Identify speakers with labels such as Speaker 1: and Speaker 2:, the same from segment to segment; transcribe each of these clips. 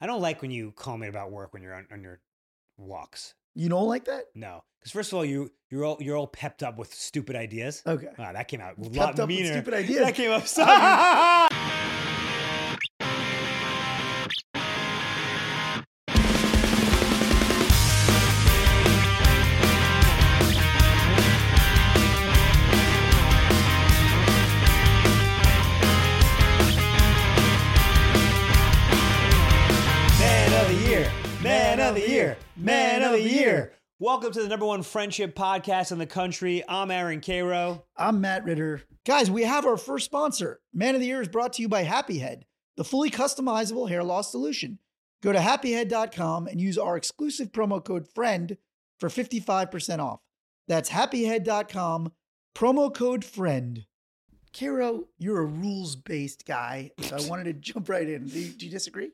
Speaker 1: I don't like when you call me about work when you're on, on your walks.
Speaker 2: You don't like that?
Speaker 1: No, because first of all, you you're all you're all pepped up with stupid ideas.
Speaker 2: Okay.
Speaker 1: Wow, that came out a
Speaker 2: Pepped
Speaker 1: lot
Speaker 2: up with
Speaker 1: meaner.
Speaker 2: stupid ideas.
Speaker 1: that came up so. Man of the year, man of the year, man of the year. Welcome to the number one friendship podcast in the country. I'm Aaron Cairo.
Speaker 2: I'm Matt Ritter. Guys, we have our first sponsor. Man of the Year is brought to you by Happy Head, the fully customizable hair loss solution. Go to happyhead.com and use our exclusive promo code FRIEND for 55% off. That's happyhead.com, promo code FRIEND. Kiro, you're a rules based guy, so I wanted to jump right in. Do you, do you disagree?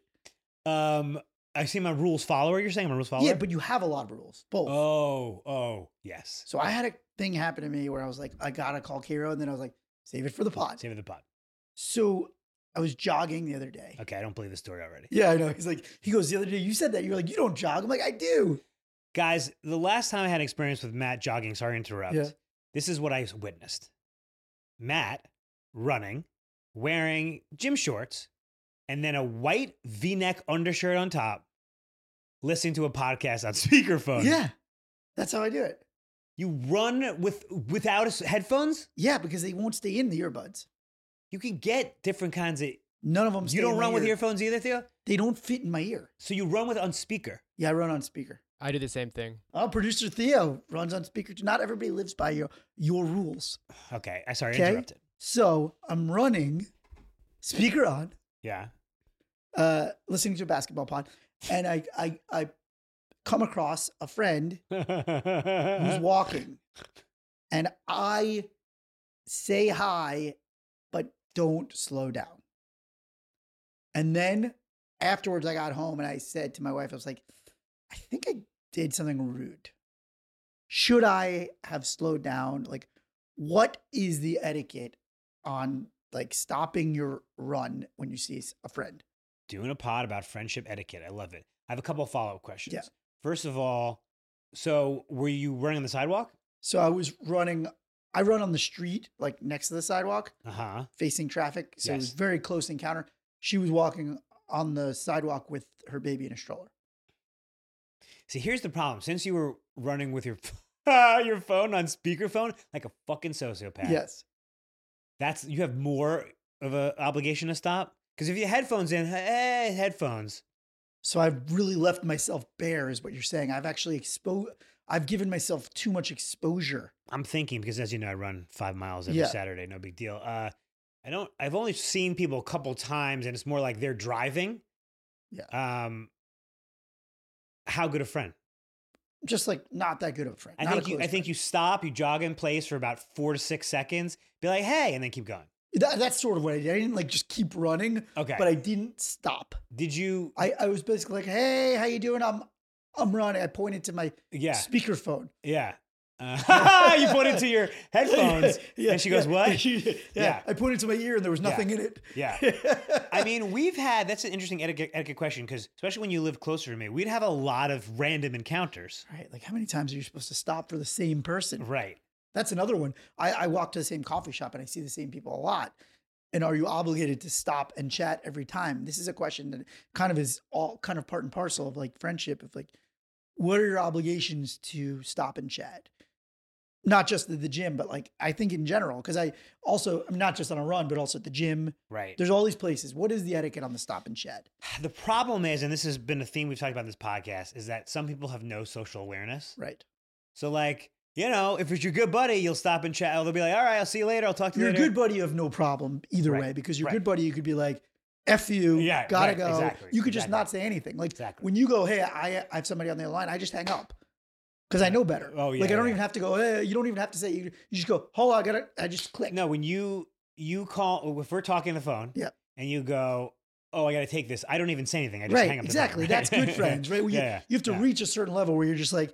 Speaker 1: Um, I see my rules follower. You're saying I'm a rules follower?
Speaker 2: Yeah, but you have a lot of rules, both.
Speaker 1: oh, oh, yes.
Speaker 2: So I had a thing happen to me where I was like, I gotta call Kiro, and then I was like, save it for the pod.
Speaker 1: Save it the pot.
Speaker 2: So I was jogging the other day.
Speaker 1: Okay, I don't believe this story already,
Speaker 2: Yeah, I know. He's like, he goes the other day. You said that. You were like, you don't jog. I'm like, I do.
Speaker 1: guys. The last time I had experience with Matt jogging, sorry to interrupt.
Speaker 2: Yeah.
Speaker 1: This is what I witnessed: Matt running, wearing gym shorts, and then a white V-neck undershirt on top, listening to a podcast on speakerphone.
Speaker 2: Yeah, that's how I do it.
Speaker 1: you run with without s- headphones.
Speaker 2: Yeah, because they won't stay in the earbuds.
Speaker 1: You can get different kinds of.
Speaker 2: None of them.
Speaker 1: You don't run with earphones either, Theo.
Speaker 2: They don't fit in my ear.
Speaker 1: So you run with on speaker.
Speaker 2: Yeah, I run on speaker.
Speaker 3: I do the same thing.
Speaker 2: Oh, producer Theo runs on speaker too. Not everybody lives by your your rules.
Speaker 1: Okay, I sorry, I
Speaker 2: Okay.
Speaker 1: interrupted.
Speaker 2: So I'm running, speaker on,
Speaker 1: Yeah.
Speaker 2: uh, listening to a basketball pod, and I I I come across a friend
Speaker 1: Uh-huh.
Speaker 2: who's walking and I say hi, but don't slow down. And then afterwards, I got home and I said to my wife, I was like, I think I did something rude. Should I have slowed down? Like, what is the etiquette on like stopping your run when you see s- a friend?
Speaker 1: Doing a pod about friendship etiquette. I love it. I have a couple follow up questions.
Speaker 2: Yeah.
Speaker 1: First of all, so were you running on the sidewalk?
Speaker 2: So I was running, I run on the street, like next to the sidewalk.
Speaker 1: Uh huh.
Speaker 2: facing traffic. So it was
Speaker 1: Yes.
Speaker 2: very close encounter. She was walking on the sidewalk with her baby in a stroller.
Speaker 1: See, here's the problem. Since you were running with your your phone on speakerphone like a fucking sociopath.
Speaker 2: Yes.
Speaker 1: That's you have more of a obligation to stop because if you had headphones in, hey, headphones.
Speaker 2: So I've really left myself bare, is what you're saying. I've actually exposed, I've given myself too much exposure.
Speaker 1: I'm thinking because as you know, I run five miles every
Speaker 2: Yeah.
Speaker 1: Saturday. No big deal. Uh, I don't. I've only seen people a couple times, and it's more like they're driving.
Speaker 2: Yeah.
Speaker 1: Um. How good a friend?
Speaker 2: Just like not that good of a friend.
Speaker 1: I
Speaker 2: not a
Speaker 1: think you. I
Speaker 2: close
Speaker 1: think you stop. You jog in place for about four to six seconds. Be like, hey, and then keep going.
Speaker 2: friend. That- that's sort of what I did. I didn't like just keep running,
Speaker 1: Okay.
Speaker 2: but I didn't stop.
Speaker 1: did you?
Speaker 2: I, I was basically like, "Hey, how you doing? I'm I'm running." I pointed to my
Speaker 1: Yeah.
Speaker 2: speakerphone.
Speaker 1: Yeah. Uh, you put it to your headphones,
Speaker 2: Yeah,
Speaker 1: and she goes,
Speaker 2: yeah,
Speaker 1: "What?"
Speaker 2: yeah.
Speaker 1: Yeah.
Speaker 2: I pointed to my ear, and there was
Speaker 1: Yeah.
Speaker 2: nothing in it.
Speaker 1: Yeah. I mean, we've had that's an interesting etiquette, etiquette question because especially when you live closer to me, we'd have a lot of random encounters.
Speaker 2: Right. Like, how many times are you supposed to stop for the same person?
Speaker 1: Right.
Speaker 2: That's another one. I, I walk to the same coffee shop and I see the same people a lot. And are you obligated to stop and chat every time? This is a question that kind of is all kind of part and parcel of like friendship. Of like, what are your obligations to stop and chat? Not just at the gym, but like I think in general, because I also I'm not just on a run, but also at the gym.
Speaker 1: Right.
Speaker 2: There's all these places. What is the etiquette on the stop and chat?
Speaker 1: The problem is, and this has been a theme we've talked about in this podcast, is that some people have no social awareness.
Speaker 2: Right.
Speaker 1: So, like, you know, if it's your good buddy, you'll stop and chat. They'll be like, all right, I'll see you later. I'll talk to you
Speaker 2: You're a
Speaker 1: later.
Speaker 2: good buddy, you have no problem either
Speaker 1: Right,
Speaker 2: way because your
Speaker 1: right.
Speaker 2: good buddy, you could be like, "F you,
Speaker 1: Yeah,
Speaker 2: gotta
Speaker 1: right,
Speaker 2: go."
Speaker 1: exactly,
Speaker 2: you could just
Speaker 1: exactly.
Speaker 2: not say anything. Like
Speaker 1: Exactly.
Speaker 2: when you go, "Hey, I, I have somebody on the other line," I just hang up because I know better.
Speaker 1: Oh, yeah,
Speaker 2: Like I don't
Speaker 1: yeah.
Speaker 2: even have to go. Hey, you don't even have to say. You, you just go, "Hold on, I gotta." I just click.
Speaker 1: No, when you you call, if we're talking on the phone,
Speaker 2: Yeah.
Speaker 1: and you go, oh, I got to take this. I don't even say anything. I just hang
Speaker 2: right.
Speaker 1: up. the
Speaker 2: Exactly.
Speaker 1: phone.
Speaker 2: That's good friends, right? Where you,
Speaker 1: yeah, yeah,
Speaker 2: you have to
Speaker 1: yeah.
Speaker 2: reach a certain level where you're just like,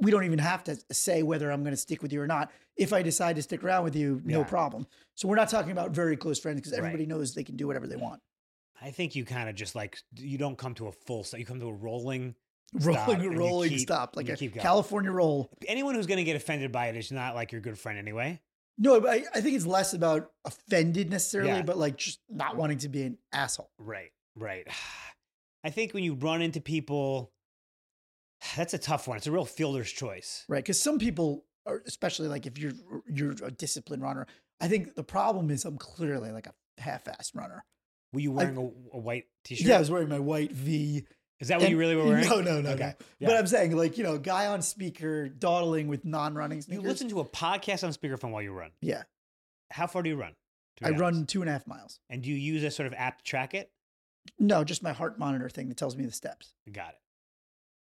Speaker 2: we don't even have to say whether I'm going to stick with you or not. If I decide to stick around with you, no
Speaker 1: Yeah.
Speaker 2: problem. So we're not talking about very close friends because
Speaker 1: Right.
Speaker 2: everybody knows they can do whatever they want.
Speaker 1: I think you kind of just like you don't come to a full stop. You come to a rolling. Stop, and
Speaker 2: rolling,
Speaker 1: you
Speaker 2: rolling,
Speaker 1: keep-
Speaker 2: stop, like
Speaker 1: you
Speaker 2: a
Speaker 1: keep going.
Speaker 2: California roll.
Speaker 1: Anyone who's going to get offended by it is not like your good friend anyway.
Speaker 2: No, but I, I think it's less about offended necessarily,
Speaker 1: Yeah.
Speaker 2: but like just not wanting to be an asshole.
Speaker 1: Right, right. I think when you run into people, that's a tough one. It's a real fielder's choice.
Speaker 2: Right. Because some people are, especially like if you're you're a disciplined runner, I think the problem is I'm clearly like a half-assed runner.
Speaker 1: Were you
Speaker 2: I-
Speaker 1: wearing a, a white t-shirt?
Speaker 2: Yeah, I was wearing my white V.
Speaker 1: Is that what you
Speaker 2: and-
Speaker 1: really were wearing?
Speaker 2: No, no, no,
Speaker 1: Okay,
Speaker 2: no.
Speaker 1: yeah.
Speaker 2: But I'm saying like you know, guy on speaker dawdling with non-running
Speaker 1: You
Speaker 2: sneakers.
Speaker 1: listen to a podcast on speakerphone while you run.
Speaker 2: yeah,
Speaker 1: How far do you run? to
Speaker 2: I
Speaker 1: be honest?
Speaker 2: run two and a half miles.
Speaker 1: And do you use a sort of app to track it?
Speaker 2: No, just my heart monitor thing that tells me the steps.
Speaker 1: Got it.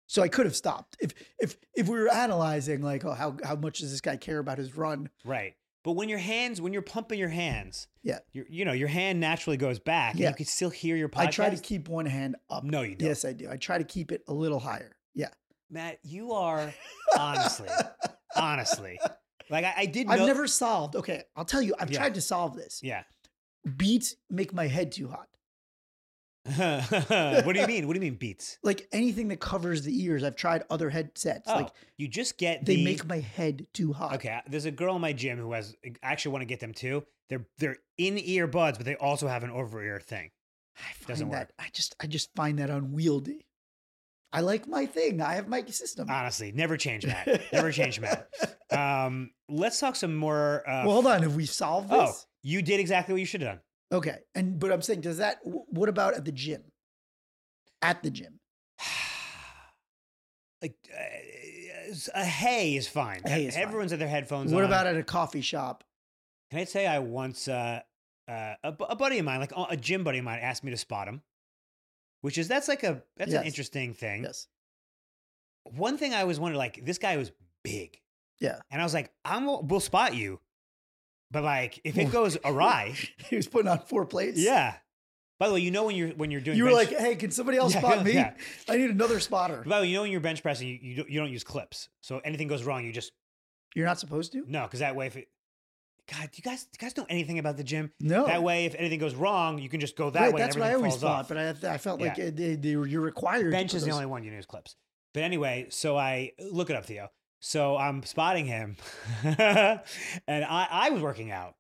Speaker 2: So I could have stopped if if if we were analyzing like oh how how much does this guy care about his run?
Speaker 1: Right. But when your hands, when you're pumping your hands,
Speaker 2: Yeah.
Speaker 1: you you know your hand naturally goes back.
Speaker 2: Yeah.
Speaker 1: and you can still hear your podcast.
Speaker 2: I try to keep one hand up.
Speaker 1: No, you don't.
Speaker 2: Yes, I do. I try to keep it a little higher. Yeah.
Speaker 1: Matt, you are honestly, honestly, like I, I did.
Speaker 2: I've
Speaker 1: know-
Speaker 2: never solved. Okay, I'll tell you. I've
Speaker 1: Yeah.
Speaker 2: tried to solve this.
Speaker 1: Yeah.
Speaker 2: Beats make my head too hot.
Speaker 1: what do you mean? What do you mean beats?
Speaker 2: Like anything that covers the ears, I've tried other headsets.
Speaker 1: Oh,
Speaker 2: Like
Speaker 1: you just get
Speaker 2: they
Speaker 1: the,
Speaker 2: make my head too hot.
Speaker 1: Okay, uh, there's a girl in my gym who has. I actually want to get them too. They're they're in ear buds, but they also have an over ear thing.
Speaker 2: I find
Speaker 1: Doesn't
Speaker 2: that I just I just find that unwieldy. I like my thing. I have my system.
Speaker 1: Honestly, never change Matt. Ah, never change Matt. Um, let's talk some more. Uh,
Speaker 2: well, hold on. Have we solved
Speaker 1: oh,
Speaker 2: this?
Speaker 1: you did exactly what you should have done.
Speaker 2: Okay. And but I'm saying, does that? wh- What about at the gym? At the gym,
Speaker 1: like uh, a hay is fine.
Speaker 2: A hay is fine.
Speaker 1: Everyone's at their headphones.
Speaker 2: what
Speaker 1: on.
Speaker 2: about at a coffee shop?
Speaker 1: Can I say I once uh, uh, a, bu- a buddy of mine, like a gym buddy of mine, asked me to spot him, which is that's like a that's
Speaker 2: Yes.
Speaker 1: an interesting thing.
Speaker 2: Yes.
Speaker 1: One thing I always wondered, like this guy was big,
Speaker 2: Yeah.
Speaker 1: and I was like, I'm we'll spot you, but like if it goes awry,
Speaker 2: he was putting on four plates.
Speaker 1: yeah. By the way, you know when you're when you're doing
Speaker 2: You were
Speaker 1: bench-
Speaker 2: like, hey, can somebody else
Speaker 1: Yeah,
Speaker 2: spot me?
Speaker 1: yeah.
Speaker 2: I need another spotter.
Speaker 1: By the way, you know when you're bench pressing, you you don't, you don't use clips. So anything goes wrong, you just
Speaker 2: You're not supposed to?
Speaker 1: no, because that way if it. God, do you guys do you guys know anything about the gym?
Speaker 2: No.
Speaker 1: That way, if anything goes wrong, you can just go that
Speaker 2: Right,
Speaker 1: way.
Speaker 2: that's
Speaker 1: and
Speaker 2: what
Speaker 1: everything
Speaker 2: I always
Speaker 1: falls
Speaker 2: thought,
Speaker 1: off.
Speaker 2: but I, I felt like
Speaker 1: Yeah.
Speaker 2: uh they, they, were- you're required.
Speaker 1: bench
Speaker 2: to
Speaker 1: is
Speaker 2: put
Speaker 1: the
Speaker 2: those-
Speaker 1: only one you use clips. But anyway, so I look it up, Theo. So I'm spotting him, and I, I was working out,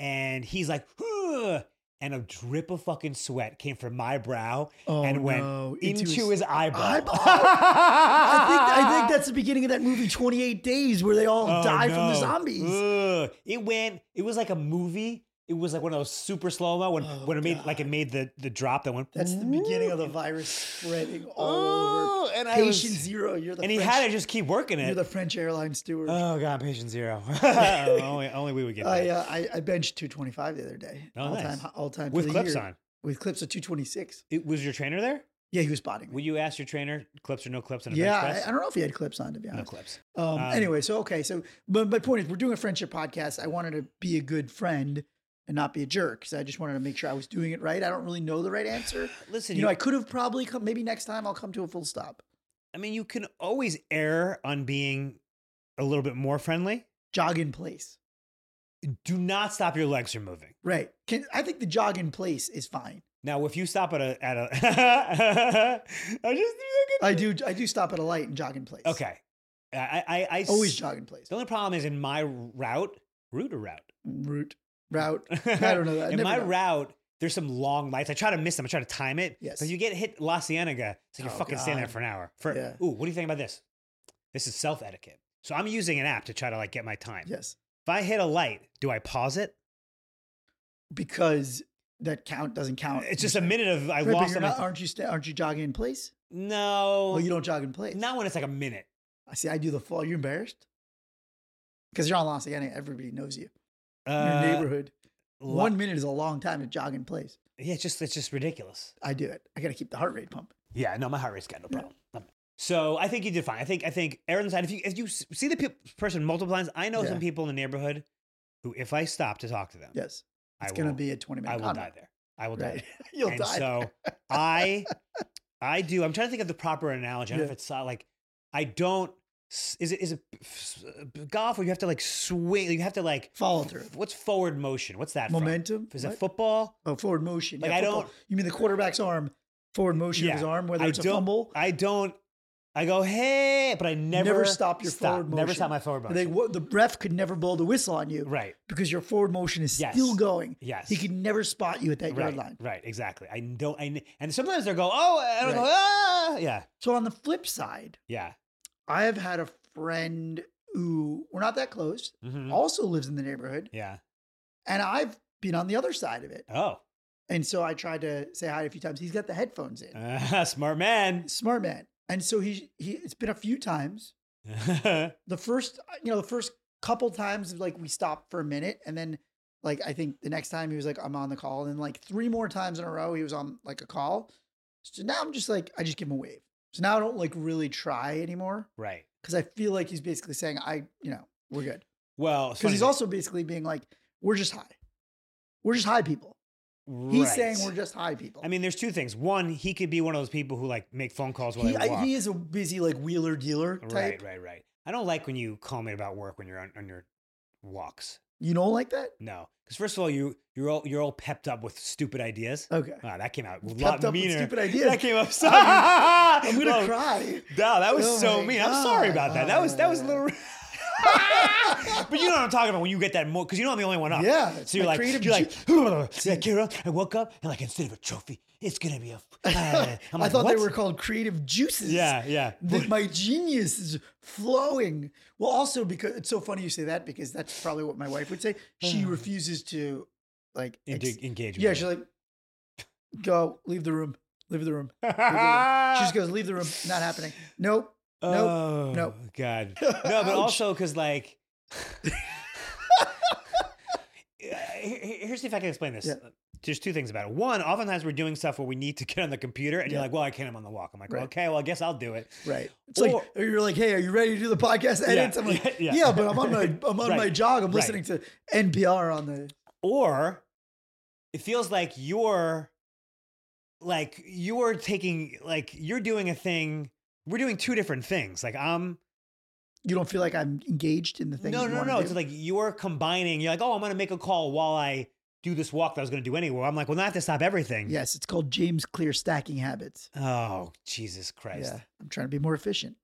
Speaker 1: and he's like, "Huh," and a drip of fucking sweat came from my brow
Speaker 2: Oh,
Speaker 1: and went
Speaker 2: no.
Speaker 1: into, his, eyeball.
Speaker 2: eyeball. I think I think that's the beginning of that movie, 28 Days, where they all
Speaker 1: Oh,
Speaker 2: die from the
Speaker 1: no.
Speaker 2: zombies.
Speaker 1: Ugh. It went. It was like a movie. It was like one of those super slow mo when
Speaker 2: Oh,
Speaker 1: when it made like it
Speaker 2: God.
Speaker 1: made the the drop that went.
Speaker 2: That's the beginning of the virus spreading all over.
Speaker 1: Ooh, and I Oh, was-
Speaker 2: Patient zero, you're the
Speaker 1: and he
Speaker 2: French,
Speaker 1: had to just keep working
Speaker 2: you're
Speaker 1: it.
Speaker 2: the French airline steward.
Speaker 1: Oh god, patient zero. only, only we would get
Speaker 2: I,
Speaker 1: that.
Speaker 2: uh, I I benched 225 the other day.
Speaker 1: Oh,
Speaker 2: all
Speaker 1: nice.
Speaker 2: time, all time for
Speaker 1: With
Speaker 2: the
Speaker 1: clips
Speaker 2: year.
Speaker 1: on.
Speaker 2: With clips of 226.
Speaker 1: It, was your trainer there?
Speaker 2: Yeah, he was spotting. Me.
Speaker 1: Will you ask your trainer clips or no clips on a
Speaker 2: Yeah,
Speaker 1: bench press?
Speaker 2: I, I don't know if he had clips on to be
Speaker 1: no
Speaker 2: honest.
Speaker 1: clips.
Speaker 2: um,
Speaker 1: Um,
Speaker 2: anyway, so okay, so but my point is, we're doing a friendship podcast. I wanted to be a good friend and not be a jerk because I just wanted to make sure I was doing it right. I don't really know the right answer.
Speaker 1: Listen,
Speaker 2: You know, I could have probably come. Maybe next time I'll come to a full stop.
Speaker 1: I mean, you can always err on being a little bit more friendly.
Speaker 2: Jog in place,
Speaker 1: Do not stop your legs from moving.
Speaker 2: right? Can, I think the jog in place is fine.
Speaker 1: Now, if you stop at a at a, I just
Speaker 2: I do. I do stop at a light and jog in place.
Speaker 1: okay. I I, I
Speaker 2: always
Speaker 1: s-
Speaker 2: jog in place.
Speaker 1: The only problem is in my route, route or route.
Speaker 2: Route,
Speaker 1: Mm.
Speaker 2: route. I don't know that. I
Speaker 1: in
Speaker 2: never
Speaker 1: my
Speaker 2: know.
Speaker 1: route, there's some long lights. I try to miss them. I try to time it.
Speaker 2: Yes.
Speaker 1: But you get hit La Cienega, so you're
Speaker 2: Oh,
Speaker 1: fucking standing there
Speaker 2: God.
Speaker 1: for an hour. For
Speaker 2: Yeah.
Speaker 1: ooh, what do you think about this? This is self etiquette. So I'm using an app to try to like get my time.
Speaker 2: Yes,
Speaker 1: If I hit a light, do I pause it?
Speaker 2: because that count doesn't count.
Speaker 1: It's just a minute of I
Speaker 2: Right, but
Speaker 1: lost
Speaker 2: you're
Speaker 1: on my
Speaker 2: not- aren't you? Sta- aren't you jogging in place?
Speaker 1: no.
Speaker 2: Well, you don't jog in place.
Speaker 1: not when it's like a minute.
Speaker 2: I see. I do the fall. You're embarrassed because you're on Los Angeles. Everybody knows you. Your
Speaker 1: Uh,
Speaker 2: neighborhood.
Speaker 1: la-
Speaker 2: One minute is a long time to jog in place.
Speaker 1: Yeah, it's just it's just ridiculous.
Speaker 2: I do it. I got to keep the heart rate pumping.
Speaker 1: Yeah, no, my heart rate's got no problem. Um, So I think you did fine. I think I think Aaron's side. If you if you s- see the pe- person multiple times, I know
Speaker 2: Yeah.
Speaker 1: some people in the neighborhood who, if I stop to talk to them,
Speaker 2: Yes,
Speaker 1: I
Speaker 2: it's gonna
Speaker 1: will-
Speaker 2: be a 20 minute.
Speaker 1: I will die
Speaker 2: comment,
Speaker 1: there. I will die.
Speaker 2: Right.
Speaker 1: There.
Speaker 2: You'll
Speaker 1: and
Speaker 2: die.
Speaker 1: so I I do. I'm trying to think of the proper analogy. I don't know
Speaker 2: Yeah.
Speaker 1: if it's uh, like I don't s- is it is it s- uh, golf where you have to like swing? You have to like
Speaker 2: Follow through.
Speaker 1: what's forward motion? What's that? from?
Speaker 2: Momentum.
Speaker 1: Is it
Speaker 2: What?
Speaker 1: football?
Speaker 2: oh, forward motion.
Speaker 1: Like,
Speaker 2: yeah,
Speaker 1: I
Speaker 2: football.
Speaker 1: don't-
Speaker 2: You mean the quarterback's arm? Forward motion of his
Speaker 1: Yeah,
Speaker 2: arm, whether
Speaker 1: I
Speaker 2: it's a
Speaker 1: don't-
Speaker 2: fumble.
Speaker 1: I don't. I go hey, but I never,
Speaker 2: stop your forward
Speaker 1: Never
Speaker 2: motion.
Speaker 1: stop my forward motion.
Speaker 2: They, wo- the ref could never blow the whistle on you
Speaker 1: right.
Speaker 2: because your forward motion is
Speaker 1: Yes.
Speaker 2: still going.
Speaker 1: Yes.
Speaker 2: He could never spot you at that
Speaker 1: right,
Speaker 2: yard line.
Speaker 1: Right. Exactly. I don't. I and sometimes they go oh and I go
Speaker 2: Right.
Speaker 1: ah yeah
Speaker 2: So on the flip side,
Speaker 1: yeah.
Speaker 2: I have had a friend who we're not that close,
Speaker 1: Mhm.
Speaker 2: also lives in the neighborhood,
Speaker 1: Yeah.
Speaker 2: and I've been on the other side of it.
Speaker 1: Oh,
Speaker 2: And so I tried to say hi a few times. He's got the headphones
Speaker 1: Uh.
Speaker 2: in.
Speaker 1: smart man.
Speaker 2: Smart man. And so he he it's been a few times. The first uh, you know, the first couple times like we stopped for a minute and then like I think the next time he was like, I'm on the call. And then like three more times in a row he was on like a call. So now I'm just like, I just give him a wave. So now I don't like really try anymore.
Speaker 1: right.
Speaker 2: Cause I feel like he's basically saying, I, you know, we're good.
Speaker 1: Well,
Speaker 2: Because he's also basically being like, we're just high. We're just high people. He's saying we're just high people.
Speaker 1: I mean, there's two things. One, he could be one of those people who like make phone calls while
Speaker 2: he,
Speaker 1: they walk.
Speaker 2: I, he is a busy like wheeler dealer type.
Speaker 1: right, right, right. I don't like when you call me about work when you're on, on your walks.
Speaker 2: You don't like that?
Speaker 1: No, because first of all, you you're all you're all pepped up with stupid ideas.
Speaker 2: Okay.
Speaker 1: Wow, that came out a
Speaker 2: Pepped
Speaker 1: lot
Speaker 2: up with
Speaker 1: meaner.
Speaker 2: stupid ideas.
Speaker 1: That came up so.
Speaker 2: I'm gonna
Speaker 1: Well,
Speaker 2: cry.
Speaker 1: No, that was
Speaker 2: Oh
Speaker 1: so
Speaker 2: my
Speaker 1: mean. I'm sorry
Speaker 2: God.
Speaker 1: about that. That was that was a little. but you know what I'm talking about when you get that more because you know I'm the only one up.
Speaker 2: Yeah, it's
Speaker 1: So you're
Speaker 2: my
Speaker 1: like
Speaker 2: creative
Speaker 1: you're like yeah, Kira. I woke up and like instead of a trophy, it's gonna be a. Uh, I'm
Speaker 2: I
Speaker 1: like,
Speaker 2: thought
Speaker 1: what?
Speaker 2: they were called creative juices.
Speaker 1: Yeah, yeah.
Speaker 2: That my genius is flowing. Well, also because it's so funny you say that because that's probably what my wife would say. She refuses to like ex-
Speaker 1: Into engagement.
Speaker 2: Yeah, she's like, go, leave the room. Leave the room.
Speaker 1: Ah.
Speaker 2: She just goes, leave the room. Not happening. Nope. nope,
Speaker 1: Oh,
Speaker 2: nope.
Speaker 1: God. No, but
Speaker 2: Ouch.
Speaker 1: also because like. Here- here- Here's if I can explain this. Uh,
Speaker 2: Yeah.
Speaker 1: There's two things about it. One, oftentimes we're doing stuff where we need to get on the computer, and you're
Speaker 2: Yeah.
Speaker 1: like, "Well, I can't. I'm on the walk." I'm like,
Speaker 2: Right.
Speaker 1: "Okay, well, I guess I'll do it."
Speaker 2: Right. It's
Speaker 1: Or-
Speaker 2: like you're like, hey, are you ready to do the podcast edits? I'm like,
Speaker 1: yeah, yeah.
Speaker 2: yeah. but I'm on my I'm on my
Speaker 1: Right,
Speaker 2: jog. I'm
Speaker 1: right.
Speaker 2: listening to NPR on the
Speaker 1: Or it feels like you're like you're taking like you're doing a thing. We're doing two different things. Like I'm
Speaker 2: you don't feel like I'm engaged in the thing.
Speaker 1: no,
Speaker 2: that you
Speaker 1: no,
Speaker 2: wanna
Speaker 1: no.
Speaker 2: do.
Speaker 1: It's like you're combining. You're like, "Oh, I'm going to make a call while I do this walk that I was going to do anyway." I'm like, "Well, now I have to stop everything."
Speaker 2: yes, it's called James Clear stacking habits.
Speaker 1: Oh, Jesus Christ.
Speaker 2: Yeah, I'm trying to be more efficient.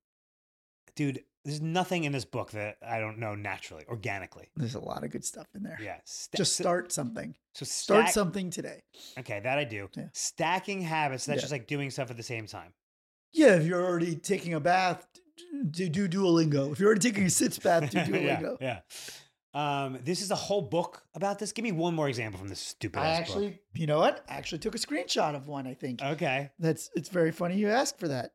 Speaker 1: Dude, there's nothing in this book that I don't know naturally, organically.
Speaker 2: There's a lot of good stuff in there.
Speaker 1: Yeah. sta-
Speaker 2: Just
Speaker 1: so-
Speaker 2: start something.
Speaker 1: so
Speaker 2: Start
Speaker 1: stack,
Speaker 2: something today.
Speaker 1: Okay, that I do.
Speaker 2: Yeah.
Speaker 1: Stacking habits, that's
Speaker 2: Yeah.
Speaker 1: just like doing stuff at the same time.
Speaker 2: Yeah, if you're already taking a bath, do, do Duolingo. If you're already taking a sits bath, do
Speaker 1: yeah.
Speaker 2: Duolingo.
Speaker 1: yeah. Um, this is a whole book about this. Give me one more example from this stupid
Speaker 2: I
Speaker 1: ass
Speaker 2: actually, you know what? I actually took a screenshot of one. I think.
Speaker 1: book. Okay.
Speaker 2: That's it's very funny you ask for that.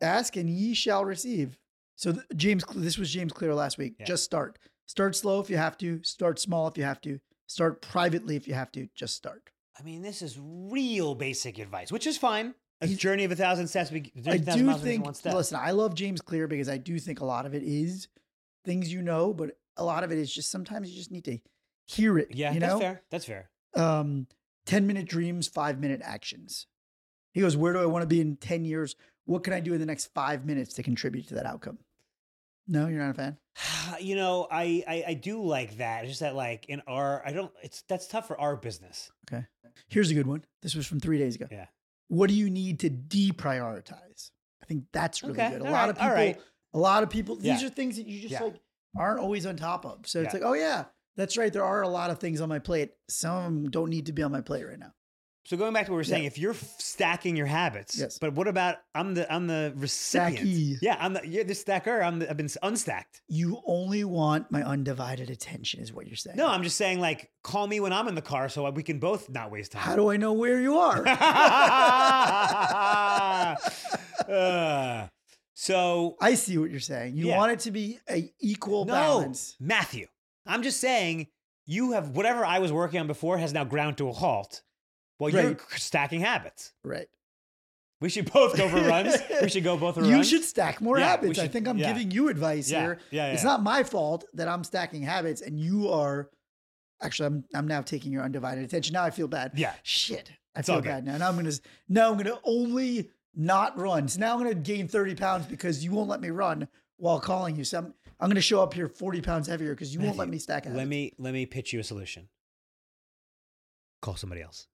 Speaker 2: Ask and ye shall receive. So th- James, Cle- this was James Clear last week.
Speaker 1: Yeah.
Speaker 2: Just start. Start slow if you have to. Start small if you have to. Start privately if you have to. Just start.
Speaker 1: I mean, this is real basic advice, which is fine. A
Speaker 2: He's-
Speaker 1: journey of a thousand steps. be-
Speaker 2: I
Speaker 1: a thousand
Speaker 2: do
Speaker 1: miles begins with
Speaker 2: think.
Speaker 1: one step.
Speaker 2: Listen, I love James Clear because I do think a lot of it is things you know, but a lot of it is just sometimes you just need to hear it.
Speaker 1: yeah,
Speaker 2: you
Speaker 1: that's
Speaker 2: know.
Speaker 1: fair. That's fair.
Speaker 2: um, 10 minute dreams, five minute actions. He goes, Where do I want to be in 10 years? What can I do in the next five minutes to contribute to that outcome? No, you're not a fan?
Speaker 1: You know, I, I I do like that. It's just that like in our I don't it's that's tough for our business.
Speaker 2: Here's a good one. This was from three days ago.
Speaker 1: Yeah.
Speaker 2: What do you need to deprioritize? I think that's really
Speaker 1: Okay,
Speaker 2: good. A
Speaker 1: all
Speaker 2: lot of
Speaker 1: right, all
Speaker 2: people,
Speaker 1: right.
Speaker 2: a lot of people, these
Speaker 1: Yeah.
Speaker 2: are things that you just
Speaker 1: Yeah.
Speaker 2: like aren't always on top of. So it's
Speaker 1: Yeah.
Speaker 2: like, oh, yeah, that's right. There are a lot of things on my plate. Some of them don't need to be on my plate right now.
Speaker 1: So going back to what we were saying,
Speaker 2: Yeah.
Speaker 1: if you're f- stacking your habits,
Speaker 2: Yes.
Speaker 1: but what about I'm the I'm the recipient.
Speaker 2: Stackee.
Speaker 1: Yeah, I'm the you're the stacker. I'm the, I've been s- unstacked.
Speaker 2: You only want my undivided attention, is what you're saying.
Speaker 1: No, I'm just saying like call me when I'm in the car so we can both not waste time.
Speaker 2: How do I know where you are?
Speaker 1: Uh, so
Speaker 2: I see what you're saying. You
Speaker 1: Yeah.
Speaker 2: want it to be a equal
Speaker 1: no,
Speaker 2: balance.
Speaker 1: Matthew. I'm just saying you have whatever I was working on before has now ground to a halt. While you're
Speaker 2: Right.
Speaker 1: c- stacking habits.
Speaker 2: Right.
Speaker 1: We should both go for runs. We should go both for
Speaker 2: You
Speaker 1: runs.
Speaker 2: should stack more
Speaker 1: Yeah, we
Speaker 2: habits. I
Speaker 1: should-
Speaker 2: think I'm
Speaker 1: yeah.
Speaker 2: giving you advice
Speaker 1: yeah,
Speaker 2: here.
Speaker 1: yeah, yeah.
Speaker 2: It's not my fault that I'm stacking habits and you are actually I'm I'm now taking your undivided attention. Now I feel bad.
Speaker 1: Yeah.
Speaker 2: Shit. I
Speaker 1: It's all
Speaker 2: feel
Speaker 1: good.
Speaker 2: bad now. Now I'm gonna now I'm gonna only not run. So now I'm gonna gain 30 pounds because you won't let me run while calling you. So I'm, I'm going to show up here 40 pounds heavier because you won't let
Speaker 1: Matthew,
Speaker 2: me stack out.
Speaker 1: Let me let me pitch you a solution. Call somebody else.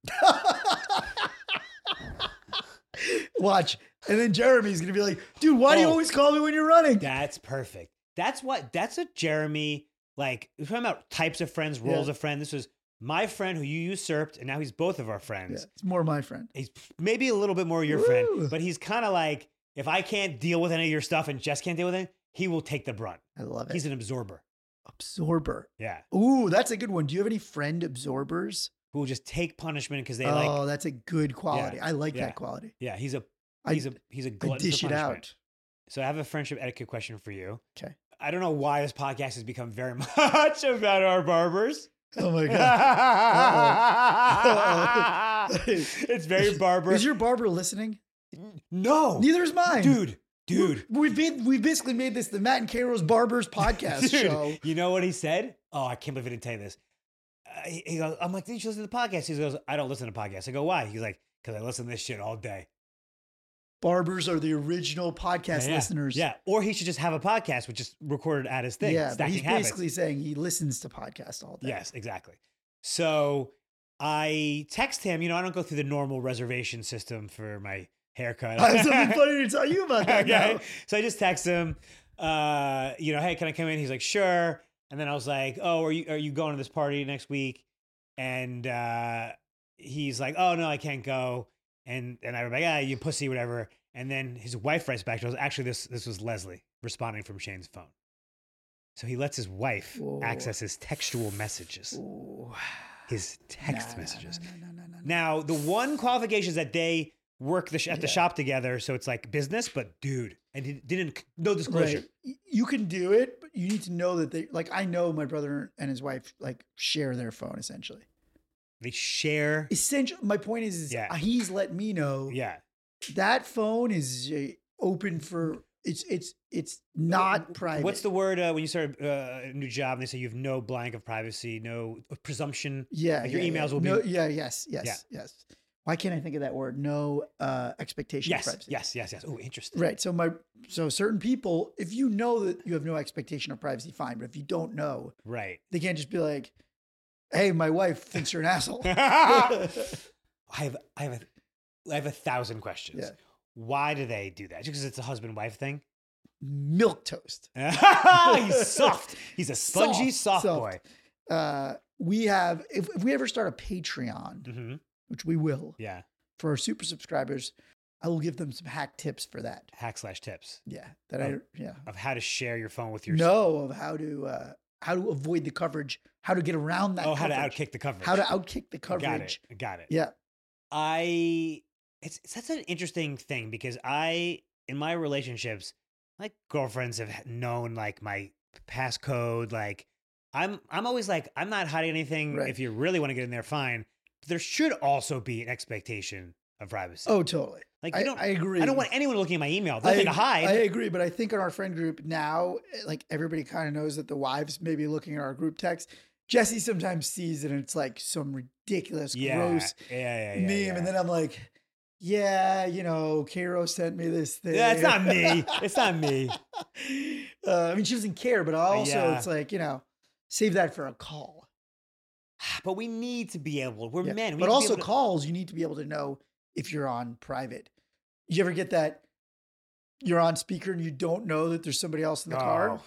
Speaker 2: Watch. And then Jeremy's going to be like, dude, why do you
Speaker 1: Oh.
Speaker 2: always call me when you're running?
Speaker 1: That's perfect. That's what that's a Jeremy like we're talking about types of friends, roles
Speaker 2: Yeah.
Speaker 1: of friend. This was my friend who you usurped, and now he's both of our
Speaker 2: Yeah,
Speaker 1: friends.
Speaker 2: it's more my friend.
Speaker 1: He's maybe a little bit more your
Speaker 2: Woo.
Speaker 1: friend, but he's kind of like, if I can't deal with any of your stuff and Jess can't deal with it, he will take the brunt.
Speaker 2: I love it.
Speaker 1: He's an absorber.
Speaker 2: absorber.
Speaker 1: Yeah.
Speaker 2: Ooh, that's a good one. Do you have any friend absorbers?
Speaker 1: Who will just take punishment because they
Speaker 2: oh,
Speaker 1: like
Speaker 2: that's a good quality. I like
Speaker 1: yeah.
Speaker 2: that quality.
Speaker 1: Yeah, he's a
Speaker 2: I,
Speaker 1: he's a he's a
Speaker 2: I
Speaker 1: glutton for
Speaker 2: dish it
Speaker 1: punishment.
Speaker 2: out.
Speaker 1: So I have a friendship etiquette question for you.
Speaker 2: 'Kay.
Speaker 1: I don't know why this podcast has become very much about our barbers.
Speaker 2: Oh my god. Uh-oh.
Speaker 1: it's very barber.
Speaker 2: Is your barber listening?
Speaker 1: no,
Speaker 2: Neither is mine.
Speaker 1: Oh, dude, dude,
Speaker 2: We've been we basically made this the Matt and Caro's Barbers podcast
Speaker 1: dude.
Speaker 2: show.
Speaker 1: You know what he said? Oh, I can't believe I didn't tell you this. Uh, he, he goes, I'm like, did you listen to the podcast? He goes, I don't listen to podcasts. I go, why? He's like, because I listen to this shit all day.
Speaker 2: Barbers are the original podcast
Speaker 1: yeah,
Speaker 2: listeners.
Speaker 1: Yeah, or he should just have a podcast, which is recorded at his thing.
Speaker 2: Yeah, but
Speaker 1: Stacking
Speaker 2: he's
Speaker 1: Habits.
Speaker 2: basically saying he listens to podcasts all day.
Speaker 1: Yes, exactly. So I text him, you know, I don't go through the normal reservation system for my haircut.
Speaker 2: I have something funny to tell you about that.
Speaker 1: okay.
Speaker 2: now.
Speaker 1: So I just text him, uh, you know, hey, can I come in? He's like, sure. And then I was like, oh, are you are you going to this party next week? And uh, he's like, oh no, I can't go. And and I was like, ah, you pussy, whatever. And then his wife writes back to us. Actually, this this was Leslie responding from Shane's phone. So he lets his wife
Speaker 2: Whoa.
Speaker 1: access his textual messages,
Speaker 2: Ooh.
Speaker 1: his
Speaker 2: Nah,
Speaker 1: text
Speaker 2: nah,
Speaker 1: messages.
Speaker 2: nah, nah, nah, nah, nah.
Speaker 1: Now, the one qualification is that they work the sh- at the
Speaker 2: Yeah.
Speaker 1: shop together, so it's like business. But dude, and he didn't c- no disclosure.
Speaker 2: Right. Y- You can do it, but you need to know that they like I know my brother and his wife like share their phone essentially.
Speaker 1: They share.
Speaker 2: Essential my point is, is
Speaker 1: Yeah.
Speaker 2: he's let me know
Speaker 1: Yeah,
Speaker 2: that phone is uh, open for it's it's it's not private.
Speaker 1: What's the word uh, when you start uh, a new job and they say you have no blank of privacy, no uh, presumption?
Speaker 2: yeah,
Speaker 1: like your
Speaker 2: yeah,
Speaker 1: emails
Speaker 2: yeah.
Speaker 1: will be-
Speaker 2: no, yeah, yes, yes, yes. Why can't I think of that word? No uh expectation of
Speaker 1: Yes,
Speaker 2: privacy.
Speaker 1: yes, yes, yes. Oh, interesting.
Speaker 2: Right. So my so certain people, if you know that you have no expectation of privacy, fine. But if you don't know,
Speaker 1: Right.
Speaker 2: they can't just be like, Hey, my wife thinks you're an asshole.
Speaker 1: I have, I have, a, I have a thousand questions.
Speaker 2: Yeah.
Speaker 1: Why do they do that? Just because it's a husband-wife thing?
Speaker 2: milk toast.
Speaker 1: He's soft. He's a spongy, soft,
Speaker 2: Soft, soft.
Speaker 1: boy.
Speaker 2: Uh, we have if, if we ever start a Patreon,
Speaker 1: hmm
Speaker 2: which we will
Speaker 1: Yeah.
Speaker 2: for our super subscribers, I will give them some hack tips for that.
Speaker 1: Hack slash tips.
Speaker 2: Yeah, that I
Speaker 1: Oh,
Speaker 2: yeah
Speaker 1: of how to share your phone with your
Speaker 2: know of how to uh, how to avoid the coverage, how to get around that.
Speaker 1: oh how
Speaker 2: coverage,
Speaker 1: to outkick the coverage
Speaker 2: how to outkick the coverage.
Speaker 1: got it got it
Speaker 2: Yeah,
Speaker 1: i it's that's an interesting thing because i in my relationships my girlfriends have known like my passcode like i'm i'm always like i'm not hiding anything
Speaker 2: Right.
Speaker 1: if you really want to get in there fine but there should also be an expectation of privacy
Speaker 2: oh totally.
Speaker 1: like you
Speaker 2: I,
Speaker 1: don't
Speaker 2: I
Speaker 1: I,
Speaker 2: agree.
Speaker 1: don't want anyone looking at my email nothing to
Speaker 2: ag-
Speaker 1: hide
Speaker 2: I agree, but I think in our friend group now, like everybody kind of knows that the wives may be looking at our group text. Jesse sometimes sees it and it's like some ridiculous,
Speaker 1: yeah,
Speaker 2: gross
Speaker 1: yeah yeah yeah,
Speaker 2: meme.
Speaker 1: yeah.
Speaker 2: And then I'm like, yeah, you know, Cairo sent me this thing.
Speaker 1: yeah, it's not me. It's not me.
Speaker 2: uh, I mean, she doesn't care, but also
Speaker 1: yeah.
Speaker 2: it's like, you know, save that for a call.
Speaker 1: But we need to be able. We're
Speaker 2: Yeah.
Speaker 1: men. We need to
Speaker 2: but
Speaker 1: be
Speaker 2: also
Speaker 1: able to-
Speaker 2: calls, you need to be able to know if you're on private. You ever get that? You're on speaker and you don't know that there's somebody else in the car.
Speaker 1: Oh,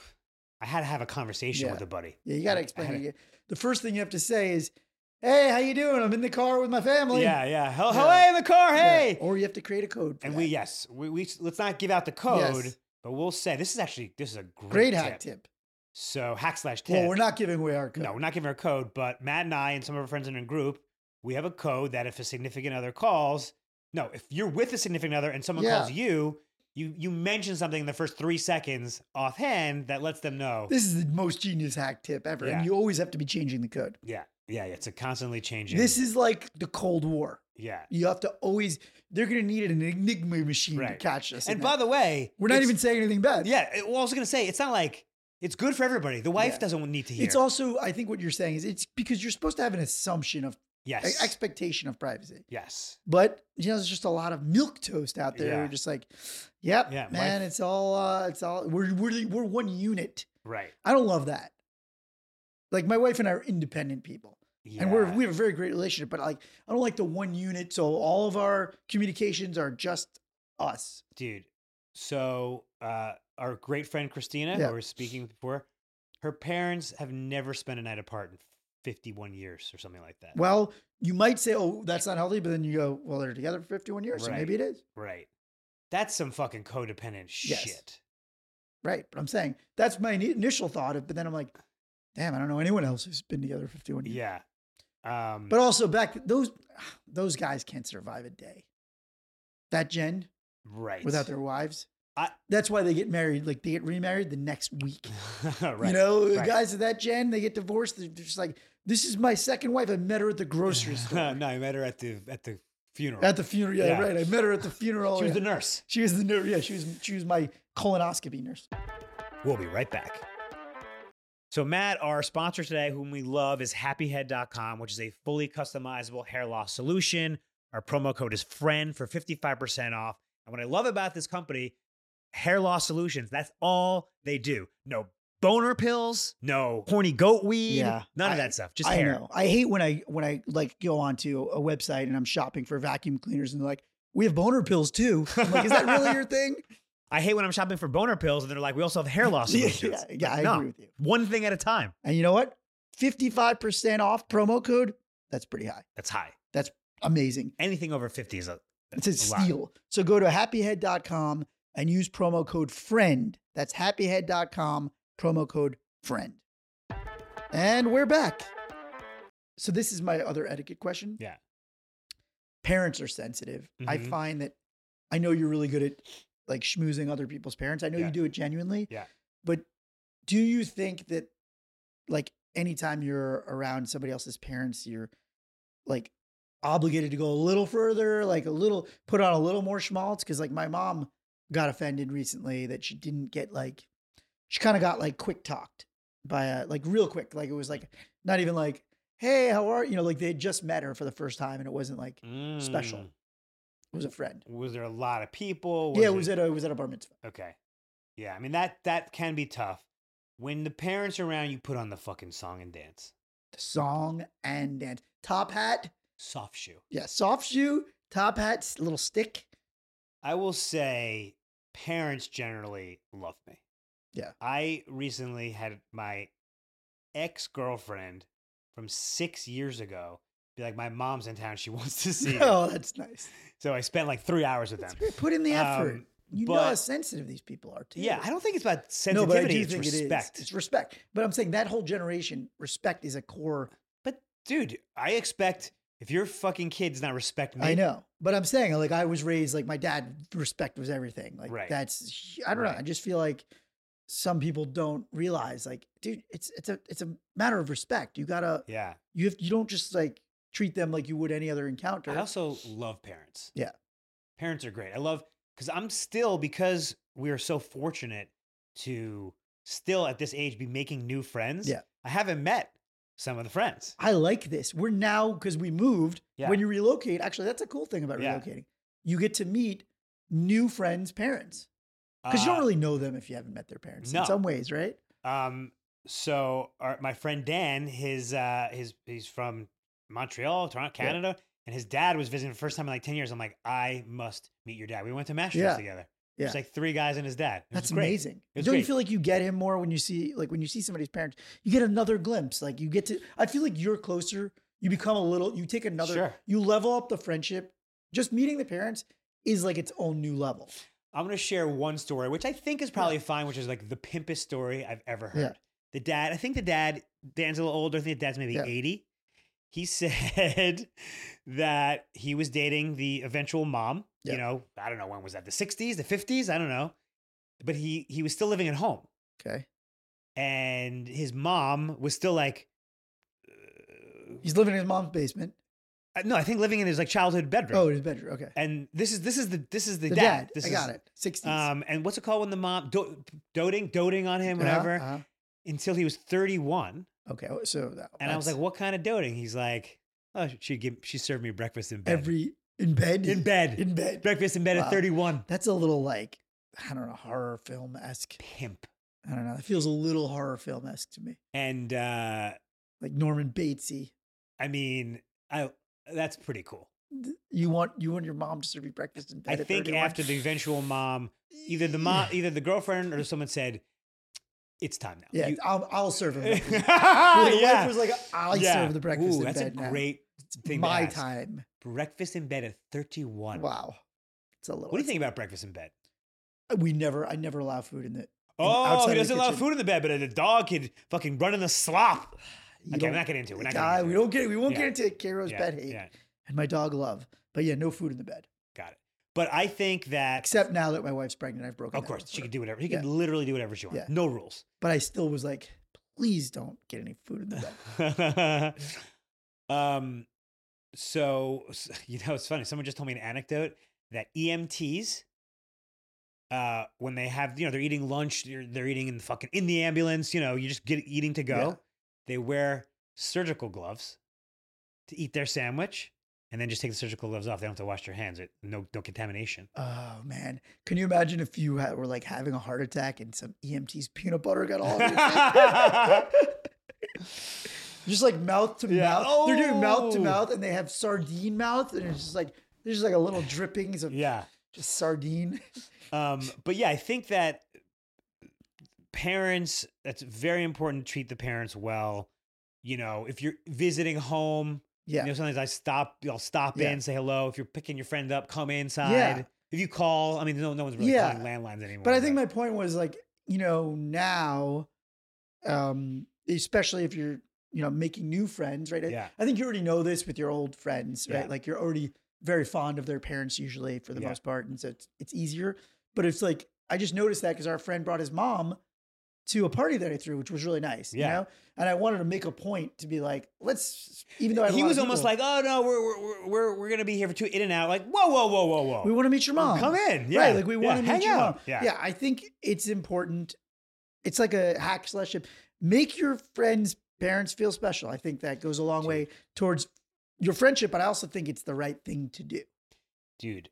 Speaker 1: I had to have a conversation
Speaker 2: Yeah.
Speaker 1: with a buddy.
Speaker 2: Yeah, you got
Speaker 1: I-
Speaker 2: to
Speaker 1: I
Speaker 2: explain
Speaker 1: had
Speaker 2: it.
Speaker 1: a-
Speaker 2: again. The first thing you have to say is, "Hey, how you doing? I'm in the car with my family."
Speaker 1: yeah, yeah. Hello,
Speaker 2: Yeah.
Speaker 1: hey, in the car,
Speaker 2: Yeah.
Speaker 1: hey.
Speaker 2: Or you have to create a code. For
Speaker 1: And
Speaker 2: that.
Speaker 1: we, yes, we, we let's not give out the code,
Speaker 2: Yes.
Speaker 1: but we'll say this is actually this is a great,
Speaker 2: great
Speaker 1: tip.
Speaker 2: hack tip.
Speaker 1: So hack slash tip.
Speaker 2: Well, we're not giving away our code.
Speaker 1: No, we're not giving our code, but Matt and I and some of our friends in our group, we have a code that if a significant other calls, no, if you're with a significant other and someone
Speaker 2: Yeah.
Speaker 1: calls you, you you mention something in the first three seconds offhand that lets them know.
Speaker 2: This is the most genius hack tip ever,
Speaker 1: Yeah.
Speaker 2: and you always have to be changing the code.
Speaker 1: yeah, yeah, yeah. It's a constantly changing.
Speaker 2: This is like the Cold War.
Speaker 1: yeah.
Speaker 2: You have to always. They're going to need an enigma machine to
Speaker 1: Right.
Speaker 2: catch us.
Speaker 1: And
Speaker 2: in
Speaker 1: by
Speaker 2: that.
Speaker 1: the way,
Speaker 2: we're not
Speaker 1: it's-
Speaker 2: even saying anything bad.
Speaker 1: Yeah, it- well, I was gonna say it's not like it's good for everybody. The wife
Speaker 2: Yeah.
Speaker 1: doesn't need to hear.
Speaker 2: It's also, I think, what you're saying is it's because you're supposed to have an assumption of like,
Speaker 1: Yes.
Speaker 2: expectation of privacy.
Speaker 1: yes.
Speaker 2: But you know, there's just a lot of milk toast out there.
Speaker 1: Yeah.
Speaker 2: Just like, yep,
Speaker 1: Yeah, my-
Speaker 2: man, it's all uh, it's all we're we're we're one unit.
Speaker 1: Right.
Speaker 2: I don't love that. Like my wife and I are independent people,
Speaker 1: Yeah.
Speaker 2: and we're we have a very great relationship. But like, I don't like the one unit. So all of our communications are just us.
Speaker 1: dude. So uh, our great friend Christina,
Speaker 2: Yeah.
Speaker 1: who we were speaking before, her parents have never spent a night apart in 51 years or something like that.
Speaker 2: Well, you might say, oh, that's not healthy, but then you go, well, they're together for 51 years, so
Speaker 1: Right.
Speaker 2: maybe it is.
Speaker 1: right. That's some fucking codependent
Speaker 2: Yes.
Speaker 1: shit.
Speaker 2: Right. But I'm saying that's my ni- initial thought. Of, but then I'm like, damn, I don't know anyone else who's been together 51 years.
Speaker 1: Yeah. Um,
Speaker 2: But also back those those guys can't survive a day. That gen
Speaker 1: right.
Speaker 2: without their wives.
Speaker 1: I-
Speaker 2: that's why they get married. Like they get remarried the next week.
Speaker 1: right.
Speaker 2: You know, the
Speaker 1: right.
Speaker 2: guys of that gen, they get divorced. They're just like, this is my second wife. I met her at the grocery store.
Speaker 1: no, I met her at the at the funeral.
Speaker 2: At the funeral. Yeah,
Speaker 1: Yeah.
Speaker 2: right. I met her at the funeral.
Speaker 1: she was
Speaker 2: Yeah.
Speaker 1: the nurse.
Speaker 2: She was the nurse. Yeah, she was she was my colonoscopy nurse.
Speaker 1: We'll be right back. So, Matt, our sponsor today, whom we love, is happyhead.com, which is a fully customizable hair loss solution. Our promo code is FRIEND for 55% off. And what I love about this company, hair loss solutions, that's all they do. No boner pills, no horny goat weed,
Speaker 2: Yeah,
Speaker 1: none of
Speaker 2: I-
Speaker 1: that stuff. Just
Speaker 2: I
Speaker 1: hair.
Speaker 2: know. I hate when I when I like go onto a website and I'm shopping for vacuum cleaners and they're like, we have boner pills too. I'm like, is that really your thing?
Speaker 1: I hate when I'm shopping for boner pills and they're like, we also have hair loss
Speaker 2: yeah,
Speaker 1: solutions.
Speaker 2: yeah, yeah, I
Speaker 1: no.
Speaker 2: agree with you.
Speaker 1: One thing at a time.
Speaker 2: And you know what? 55% off promo code. That's pretty high.
Speaker 1: That's high.
Speaker 2: Amazing.
Speaker 1: Anything over 50 is a
Speaker 2: It's a
Speaker 1: A lot.
Speaker 2: steal. So go to happyhead.com and use promo code friend. That's happyhead.com, promo code friend. And we're back. So this is my other etiquette question.
Speaker 1: Yeah.
Speaker 2: Parents are sensitive. I
Speaker 1: Mhm.
Speaker 2: find that I know you're really good at like schmoozing other people's parents. I know
Speaker 1: Yeah.
Speaker 2: you do it genuinely.
Speaker 1: Yeah.
Speaker 2: But do you think that like anytime you're around somebody else's parents, you're like obligated to go a little further, like a little put on a little more schmaltz. Cause like my mom got offended recently that she didn't get like she kind of got like quick talked by a like real quick. Like it was like not even like, hey, how are you? You know, like they had just met her for the first time and it wasn't like it Special.
Speaker 1: Mm.
Speaker 2: was a friend.
Speaker 1: Was there a lot of people?
Speaker 2: yeah, it was at a it was at a bar mitzvah.
Speaker 1: Okay. Yeah, I mean that that can be tough. When the parents are around, you put on the fucking song and dance.
Speaker 2: The song and dance. Top hat.
Speaker 1: Soft shoe.
Speaker 2: Yeah, soft shoe, top hat, s- little stick.
Speaker 1: I will say parents generally love me.
Speaker 2: Yeah.
Speaker 1: I recently had my ex-girlfriend from 6 years ago be like my mom's in town, she wants to see. you."
Speaker 2: Oh, that's nice.
Speaker 1: So I spent like 3 hours with them.
Speaker 2: That's great. Put in the effort.
Speaker 1: Um,
Speaker 2: you know
Speaker 1: but-
Speaker 2: how sensitive these people are too.
Speaker 1: Yeah, I don't think it's about
Speaker 2: No, but I
Speaker 1: sensitivity,
Speaker 2: do
Speaker 1: it's
Speaker 2: think it is.
Speaker 1: respect.
Speaker 2: It's respect. But I'm saying that whole generation, respect is a core.
Speaker 1: But dude, I expect if your fucking kid does not respect me,
Speaker 2: I know. But I'm saying, like, I was raised like my dad. Respect was everything. Like
Speaker 1: Right.
Speaker 2: that's. I don't
Speaker 1: Right.
Speaker 2: know. I just feel like some people don't realize, like, dude, it's it's a it's a matter of respect. You gotta
Speaker 1: Yeah.
Speaker 2: you have you don't just like treat them like you would any other encounter.
Speaker 1: I also love parents.
Speaker 2: Yeah.
Speaker 1: Parents are great. I love because I'm still, because we are so fortunate to still at this age be making new friends.
Speaker 2: Yeah.
Speaker 1: I haven't met some of the friends.
Speaker 2: I like this. We're now because we moved.
Speaker 1: Yeah.
Speaker 2: When you relocate, actually, that's a cool thing about
Speaker 1: Yeah.
Speaker 2: relocating. You get to meet new friends' parents because you
Speaker 1: Uh,
Speaker 2: don't really know them if you haven't met their parents
Speaker 1: no.
Speaker 2: in some ways, right?
Speaker 1: Um, so our, my friend Dan, his uh, his he's from Montreal, Toronto,
Speaker 2: Yeah.
Speaker 1: Canada, and his dad was visiting for the first time in like ten years. I'm like, I must meet your dad. We went to Masters
Speaker 2: Yeah.
Speaker 1: together.
Speaker 2: Yeah.
Speaker 1: It's like three guys and his dad. It was
Speaker 2: That's
Speaker 1: great.
Speaker 2: amazing.
Speaker 1: was
Speaker 2: Don't you
Speaker 1: great.
Speaker 2: feel like you get him more when you see like when you see somebody's parents? You get another glimpse. Like you get to. I feel like you're closer. You become a little. You take another.
Speaker 1: Sure.
Speaker 2: You level up the friendship. Just meeting the parents is like its own new level.
Speaker 1: I'm going to share one story, which I think is probably fine, which is like the pimpest story I've ever heard.
Speaker 2: Yeah.
Speaker 1: The dad, I think the dad, Dan's a little older. I think the dad's maybe
Speaker 2: Yeah.
Speaker 1: 80. He said that he was dating the eventual mom. You
Speaker 2: Yeah.
Speaker 1: know, I don't know when was that, the 60s, the 50s? I don't know. But he he was still living at home.
Speaker 2: Okay.
Speaker 1: And his mom was still like,
Speaker 2: He's living in his mom's basement.
Speaker 1: uh, no, I think living in his like childhood bedroom.
Speaker 2: Oh, in his bedroom. Okay.
Speaker 1: And this is this is the this is the,
Speaker 2: The
Speaker 1: dad.
Speaker 2: dad.
Speaker 1: This
Speaker 2: I
Speaker 1: is,
Speaker 2: got it. Sixties.
Speaker 1: Um, and what's it called when the mom do- doting, doting on him, whatever. until he was 31.
Speaker 2: Uh-huh, Okay, so that,
Speaker 1: And I was like,
Speaker 2: that's-
Speaker 1: what kind of doting? He's like, Oh, she give she served me breakfast in bed.
Speaker 2: Every in bed.
Speaker 1: in bed.
Speaker 2: In bed.
Speaker 1: breakfast in bed
Speaker 2: Wow.
Speaker 1: at 31.
Speaker 2: That's a little like I don't know horror film esque.
Speaker 1: Pimp.
Speaker 2: I don't know. It feels a little horror film esque to me,
Speaker 1: And uh
Speaker 2: like Norman Batesy.
Speaker 1: I mean, I that's pretty cool.
Speaker 2: Th- You want you want your mom to serve you breakfast in bed.
Speaker 1: I
Speaker 2: at
Speaker 1: think
Speaker 2: 31.
Speaker 1: after the eventual mom, either the mom, either the girlfriend or someone said, "It's time now."
Speaker 2: Yeah,
Speaker 1: You- Ah,
Speaker 2: I'll, I'll serve him. breakfast. Well, the
Speaker 1: yeah.
Speaker 2: wife was like, "I
Speaker 1: Yeah.
Speaker 2: serve the breakfast
Speaker 1: Ooh,
Speaker 2: in
Speaker 1: that's
Speaker 2: bed
Speaker 1: a
Speaker 2: now.
Speaker 1: great
Speaker 2: it's
Speaker 1: thing to
Speaker 2: my
Speaker 1: ask.
Speaker 2: time."
Speaker 1: breakfast in bed at 31.
Speaker 2: Wow, it's a little.
Speaker 1: What do you think about breakfast in bed?
Speaker 2: We never. I never allow food in it.
Speaker 1: Oh,
Speaker 2: outside
Speaker 1: he
Speaker 2: of the
Speaker 1: doesn't allow
Speaker 2: kitchen.
Speaker 1: food in the bed, but the dog could fucking run in the slop.
Speaker 2: You
Speaker 1: okay,
Speaker 2: don't-
Speaker 1: we're not getting into it. We're not
Speaker 2: God,
Speaker 1: getting
Speaker 2: we
Speaker 1: into
Speaker 2: don't get. We won't
Speaker 1: Yeah.
Speaker 2: get into Caro's
Speaker 1: it.
Speaker 2: bed
Speaker 1: yeah,
Speaker 2: hate
Speaker 1: yeah,
Speaker 2: and my dog love. But yeah, no food in the bed
Speaker 1: got it. But I think that,
Speaker 2: except now that my wife's pregnant. I've broken.
Speaker 1: of
Speaker 2: that
Speaker 1: course,
Speaker 2: with
Speaker 1: she
Speaker 2: her.
Speaker 1: can do whatever. She
Speaker 2: Yeah.
Speaker 1: can literally do whatever she wants.
Speaker 2: Yeah.
Speaker 1: No rules.
Speaker 2: But I still was like, please don't get any food in the bed.
Speaker 1: um, so s- you know, it's funny. Someone just told me an anecdote that EMTs, uh, when they have you know they're eating lunch, they're, they're eating in the fucking in the ambulance. You know, you just get eating to go.
Speaker 2: Yeah.
Speaker 1: They wear surgical gloves to eat their sandwich, and then just take the surgical gloves off. They don't have to wash their hands. It no no contamination.
Speaker 2: Oh man, can you imagine if you had, were like having a heart attack and some EMT's peanut butter got all over you? just like mouth to
Speaker 1: Yeah.
Speaker 2: mouth. They're doing mouth to
Speaker 1: Oh.
Speaker 2: mouth, and they have sardine mouth, and it's just like there's just like a little drippings of
Speaker 1: Yeah.
Speaker 2: just sardine.
Speaker 1: Um, but yeah, I think that parents, that's very important to treat the parents well. You know, if you're visiting home,
Speaker 2: Yeah,
Speaker 1: you know, sometimes I stop, I'll stop
Speaker 2: Yeah.
Speaker 1: in, say hello. If you're picking your friend up, come inside.
Speaker 2: Yeah.
Speaker 1: If you call, I mean, no, no one's really
Speaker 2: Yeah.
Speaker 1: calling landlines anymore.
Speaker 2: but I think my point was like you know now, um, especially if you're you know making new friends, right? I-
Speaker 1: Yeah.
Speaker 2: I think you already know this with your old friends, right?
Speaker 1: Yeah.
Speaker 2: Like you're already very fond of their parents usually for the
Speaker 1: Yeah.
Speaker 2: most part, and so it's, it's easier. But it's like I just noticed that because our friend brought his mom to a party that I threw, which was really nice.
Speaker 1: Yeah.
Speaker 2: You know, and I wanted to make a point to be like, let's even though I had a
Speaker 1: he
Speaker 2: lot
Speaker 1: was
Speaker 2: of
Speaker 1: almost
Speaker 2: people,
Speaker 1: like, oh no, we're we're we're we're gonna be here for two in and out. Like, whoa, whoa, whoa, whoa, whoa.
Speaker 2: we want to meet your mom.
Speaker 1: Come in, yeah.
Speaker 2: Right. Like we
Speaker 1: Yeah,
Speaker 2: want to
Speaker 1: hang
Speaker 2: meet your
Speaker 1: out.
Speaker 2: mom.
Speaker 1: Yeah.
Speaker 2: Yeah. I think it's important. It's like a hack slash tip. Make your friends' parents feel special. I think that goes a long
Speaker 1: Sure.
Speaker 2: way towards your friendship, but I also think it's the right thing to do.
Speaker 1: dude,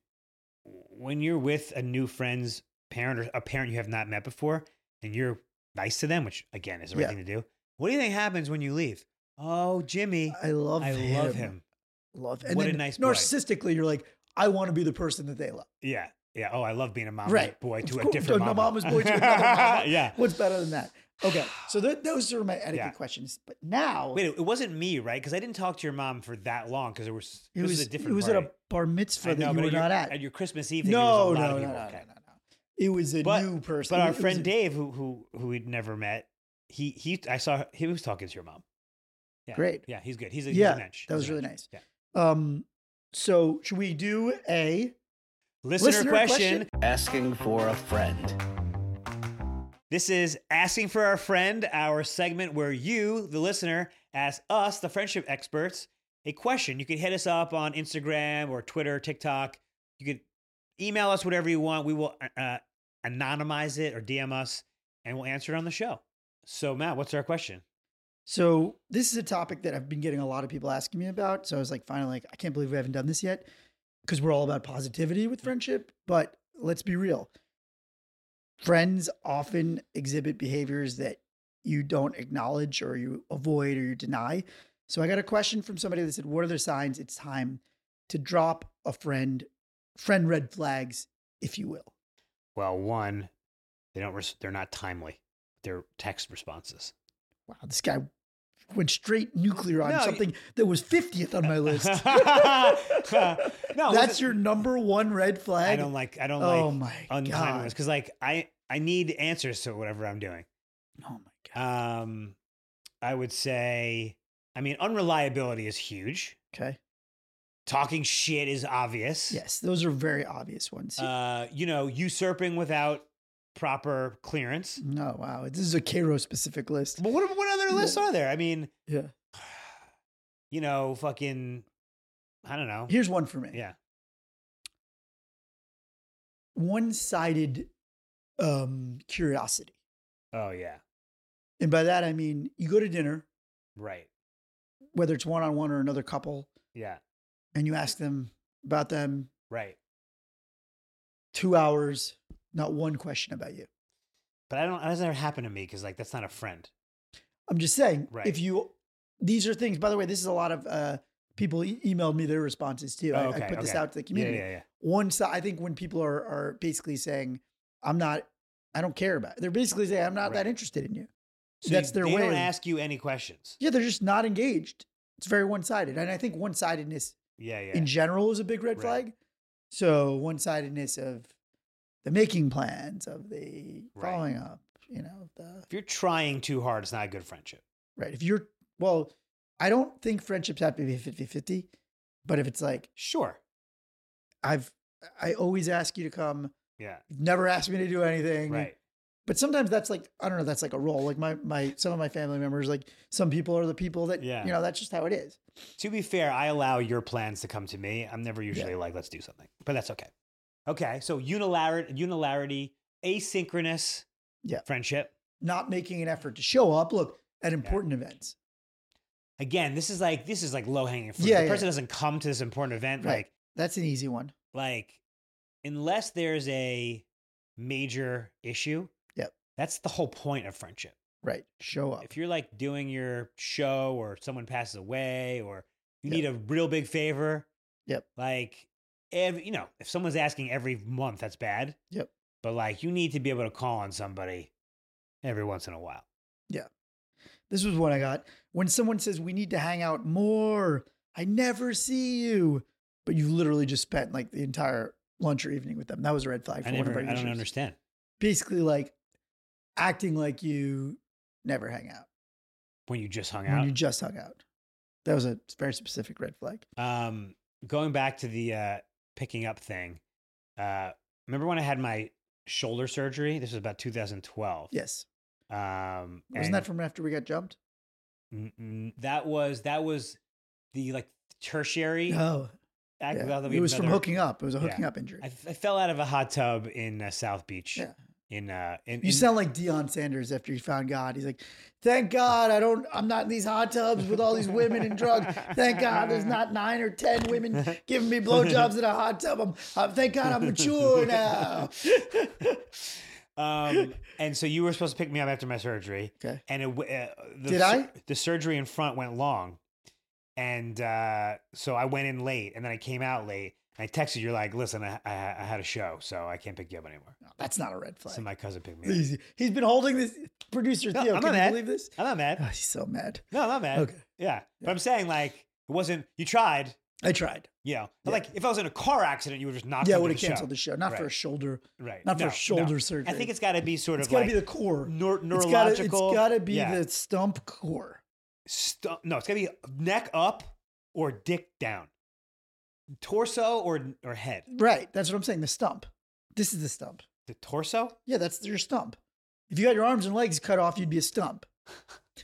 Speaker 1: when you're with a new friend's parent or a parent you have not met before, and you're nice to them, which again is the right
Speaker 2: Yeah.
Speaker 1: thing to do, what do you think happens when you leave? Oh, Jimmy,
Speaker 2: I love
Speaker 1: I
Speaker 2: him.
Speaker 1: love him.
Speaker 2: Love
Speaker 1: What a nice boy.
Speaker 2: narcissistically, you're like, I want to be the person that they love.
Speaker 1: Yeah, yeah. Oh, I love being a mama's
Speaker 2: Right.
Speaker 1: boy to
Speaker 2: Of
Speaker 1: a
Speaker 2: course,
Speaker 1: different
Speaker 2: a
Speaker 1: mama.
Speaker 2: mama's boy to another mama.
Speaker 1: yeah.
Speaker 2: What's better than that? Okay. So th- those are my etiquette
Speaker 1: Yeah.
Speaker 2: questions. But now
Speaker 1: Wait, it wasn't me, right? Because I didn't talk to your mom for that long because there was
Speaker 2: it
Speaker 1: this
Speaker 2: was
Speaker 1: is a different.
Speaker 2: it was
Speaker 1: party.
Speaker 2: at a bar mitzvah
Speaker 1: I know,
Speaker 2: that you
Speaker 1: but
Speaker 2: were
Speaker 1: at your-
Speaker 2: not at.
Speaker 1: at your Christmas Eve. thing, there was a
Speaker 2: no, no,
Speaker 1: lot of
Speaker 2: no, no, no,
Speaker 1: people.
Speaker 2: no,
Speaker 1: Okay.
Speaker 2: no. It was a
Speaker 1: But-
Speaker 2: new person.
Speaker 1: But
Speaker 2: It
Speaker 1: our
Speaker 2: was
Speaker 1: friend
Speaker 2: a-
Speaker 1: Dave, who who who we'd never met, he he I saw he was talking to your mom. Yeah.
Speaker 2: Great.
Speaker 1: Yeah, he's good. He's a
Speaker 2: Yeah,
Speaker 1: he's an edge.
Speaker 2: that
Speaker 1: He's
Speaker 2: was
Speaker 1: an
Speaker 2: really
Speaker 1: edge.
Speaker 2: nice. Um, so should we do a
Speaker 1: Yeah. Listener,
Speaker 2: Listener
Speaker 1: question.
Speaker 2: question?
Speaker 3: Asking for a friend.
Speaker 1: This is asking for our friend, our segment where you, the listener, ask us, the friendship experts, a question. You can hit us up on Instagram or Twitter, TikTok. You could email us whatever you want. We will uh, anonymize it or DM us, and we'll answer it on the show. So Matt, what's our question?
Speaker 2: So this is a topic that I've been getting a lot of people asking me about. So I was like, finally, like, I can't believe we haven't done this yet because we're all about positivity with friendship. But let's be real. Friends often exhibit behaviors that you don't acknowledge or you avoid or you deny. So I got a question from somebody that said, what are the signs it's time to drop a friend, friend red flags, if you will?
Speaker 1: Well, one, they don't. Res- they're not timely. They're text responses.
Speaker 2: Wow, this guy went straight nuclear on
Speaker 1: No, you-
Speaker 2: something that was 50th on my list.
Speaker 1: no,
Speaker 2: That's
Speaker 1: that's
Speaker 2: your number one red flag.
Speaker 1: I don't like. I don't
Speaker 2: oh
Speaker 1: like
Speaker 2: my
Speaker 1: untimely
Speaker 2: god.
Speaker 1: ones because like I I need answers to whatever I'm doing.
Speaker 2: Oh my god.
Speaker 1: Um, I would say, I mean, unreliability is huge.
Speaker 2: Okay.
Speaker 1: Talking shit is obvious.
Speaker 2: Yes, those are very obvious ones.
Speaker 1: Uh, you know, usurping without proper clearance.
Speaker 2: no, wow. This is a Cairo specific list.
Speaker 1: But what what other lists are there? I mean,
Speaker 2: Yeah.
Speaker 1: you know, fucking, I don't know.
Speaker 2: Here's one for me.
Speaker 1: Yeah.
Speaker 2: One-sided um curiosity.
Speaker 1: Oh yeah.
Speaker 2: And by that I mean you go to dinner,
Speaker 1: Right.
Speaker 2: whether it's one-on-one or another couple,
Speaker 1: Yeah.
Speaker 2: and you ask them about them
Speaker 1: Right.
Speaker 2: two hours, not one question about you.
Speaker 1: But I don't. That doesn't ever happen to me because like that's not a friend.
Speaker 2: I'm just saying,
Speaker 1: Right.
Speaker 2: if you, these are things, by the way, this is a lot of uh, people e- emailed me their responses too. I,
Speaker 1: Oh,
Speaker 2: I
Speaker 1: okay,
Speaker 2: put this
Speaker 1: okay.
Speaker 2: out to the
Speaker 1: Yeah,
Speaker 2: community.
Speaker 1: yeah, yeah.
Speaker 2: One side, I think when people are, are basically saying, I'm not, I don't care about, they're basically saying, I'm not
Speaker 1: Right.
Speaker 2: that interested in you.
Speaker 1: So
Speaker 2: That's
Speaker 1: you-
Speaker 2: their
Speaker 1: they
Speaker 2: way.
Speaker 1: don't ask you any questions.
Speaker 2: Yeah, they're just not engaged. It's very one sided. And I think one sidedness
Speaker 1: Yeah, yeah.
Speaker 2: in general is a big red
Speaker 1: Right.
Speaker 2: flag. So one sidedness of the making plans, of the
Speaker 1: Right.
Speaker 2: following up, you know, the
Speaker 1: if you're trying too hard, it's not a good friendship.
Speaker 2: right. If you're well, I don't think friendships have to be 50-50, but if it's like
Speaker 1: Sure.
Speaker 2: I've I always ask you to come,
Speaker 1: Yeah.
Speaker 2: you've never asked me to do anything.
Speaker 1: Right.
Speaker 2: But sometimes that's like I don't know, that's like a role. Like my my some of my family members, like some people are the people that
Speaker 1: Yeah.
Speaker 2: you know, that's just how it is.
Speaker 1: To be fair, I allow your plans to come to me. I'm never usually like, let's do something, but that's okay. Okay. So unilarity, unilarity, asynchronous
Speaker 2: Yeah.
Speaker 1: friendship.
Speaker 2: Not making an effort to show up. Look, at important events.
Speaker 1: Again, this is like this is like low hanging fruit.
Speaker 2: Yeah,
Speaker 1: the
Speaker 2: yeah,
Speaker 1: person
Speaker 2: yeah.
Speaker 1: doesn't come to this important event.
Speaker 2: Right.
Speaker 1: Like
Speaker 2: That's an easy one.
Speaker 1: like unless there's a major issue.
Speaker 2: Yep.
Speaker 1: That's the whole point of friendship.
Speaker 2: Right. Show up.
Speaker 1: if you're like doing your show or someone passes away or you
Speaker 2: Yep.
Speaker 1: need a real big favor,
Speaker 2: Yep.
Speaker 1: Like every, you know, if someone's asking every month, that's bad.
Speaker 2: Yep.
Speaker 1: But like you need to be able to call on somebody every once in a while.
Speaker 2: This was one I got. When someone says we need to hang out more, I never see you, but you literally just spent like the entire lunch or evening with them. That was a red flag for
Speaker 1: I
Speaker 2: one
Speaker 1: never,
Speaker 2: of our
Speaker 1: I
Speaker 2: users.
Speaker 1: don't understand.
Speaker 2: Basically, like acting like you never hang out
Speaker 1: When you just hung
Speaker 2: when
Speaker 1: out,
Speaker 2: you just hung out. That was a very specific red flag.
Speaker 1: um, going back to the uh, picking up thing, uh, remember when I had my shoulder surgery? This was about 2012.
Speaker 2: Yes,
Speaker 1: Um,
Speaker 2: wasn't
Speaker 1: and-
Speaker 2: that from after we got jumped?
Speaker 1: Mm, mm, that was that was the like tertiary.
Speaker 2: No,
Speaker 1: act-
Speaker 2: Uh-huh. yeah.
Speaker 1: that'll be
Speaker 2: it was from
Speaker 1: another-
Speaker 2: hooking up. It was a
Speaker 1: Yeah.
Speaker 2: hooking up injury.
Speaker 1: I, f- I fell out of a hot tub in uh, South Beach.
Speaker 2: Yeah.
Speaker 1: In uh, in,
Speaker 2: You
Speaker 1: in-
Speaker 2: sound like Deion Sanders after he found God. He's like, "Thank
Speaker 1: Oh.
Speaker 2: God I don't. I'm not in these hot tubs with all these women and drugs. Thank God there's not nine or ten women giving me blowjobs in a hot tub. I'm, i thank God I'm mature now."
Speaker 1: um, and so you were supposed to pick me up after my surgery.
Speaker 2: Okay.
Speaker 1: And it, w- uh, the
Speaker 2: Did
Speaker 1: sur-
Speaker 2: I?
Speaker 1: The surgery in front went long, and uh, so I went in late, and then I came out late. And I texted you like, listen, I, I, I had a show, so I can't pick you up anymore.
Speaker 2: No, that's not a red flag.
Speaker 1: So my cousin picked me. up.
Speaker 2: Easy. He's been holding this producer
Speaker 1: No,
Speaker 2: Theo.
Speaker 1: I'm
Speaker 2: can
Speaker 1: not
Speaker 2: you
Speaker 1: mad.
Speaker 2: believe this?
Speaker 1: I'm not
Speaker 2: Oh,
Speaker 1: mad.
Speaker 2: he's so mad.
Speaker 1: No, I'm not mad.
Speaker 2: Okay,
Speaker 1: Yeah. But
Speaker 2: Yeah.
Speaker 1: I'm saying like it wasn't you tried,
Speaker 2: I tried.
Speaker 1: you know. But
Speaker 2: Yeah.
Speaker 1: like if I was in a car accident, you would just knock
Speaker 2: yeah, I
Speaker 1: me
Speaker 2: would
Speaker 1: to
Speaker 2: have
Speaker 1: the
Speaker 2: canceled
Speaker 1: show.
Speaker 2: the show. Not for
Speaker 1: Right.
Speaker 2: a shoulder.
Speaker 1: Right.
Speaker 2: Not
Speaker 1: No,
Speaker 2: for a shoulder
Speaker 1: no.
Speaker 2: surgery.
Speaker 1: I think it's gotta be sort
Speaker 2: it's
Speaker 1: of
Speaker 2: got to
Speaker 1: like
Speaker 2: be the
Speaker 1: neur-
Speaker 2: core. It's gotta-
Speaker 1: neurological.
Speaker 2: It's got to be
Speaker 1: yeah.
Speaker 2: the stump core.
Speaker 1: Stu- no, it's gotta be neck up or dick down. Torso or or head.
Speaker 2: Right. That's what I'm saying. The stump. This is the stump.
Speaker 1: The torso?
Speaker 2: Yeah, that's your stump. If you got your arms and legs cut off, you'd be a stump.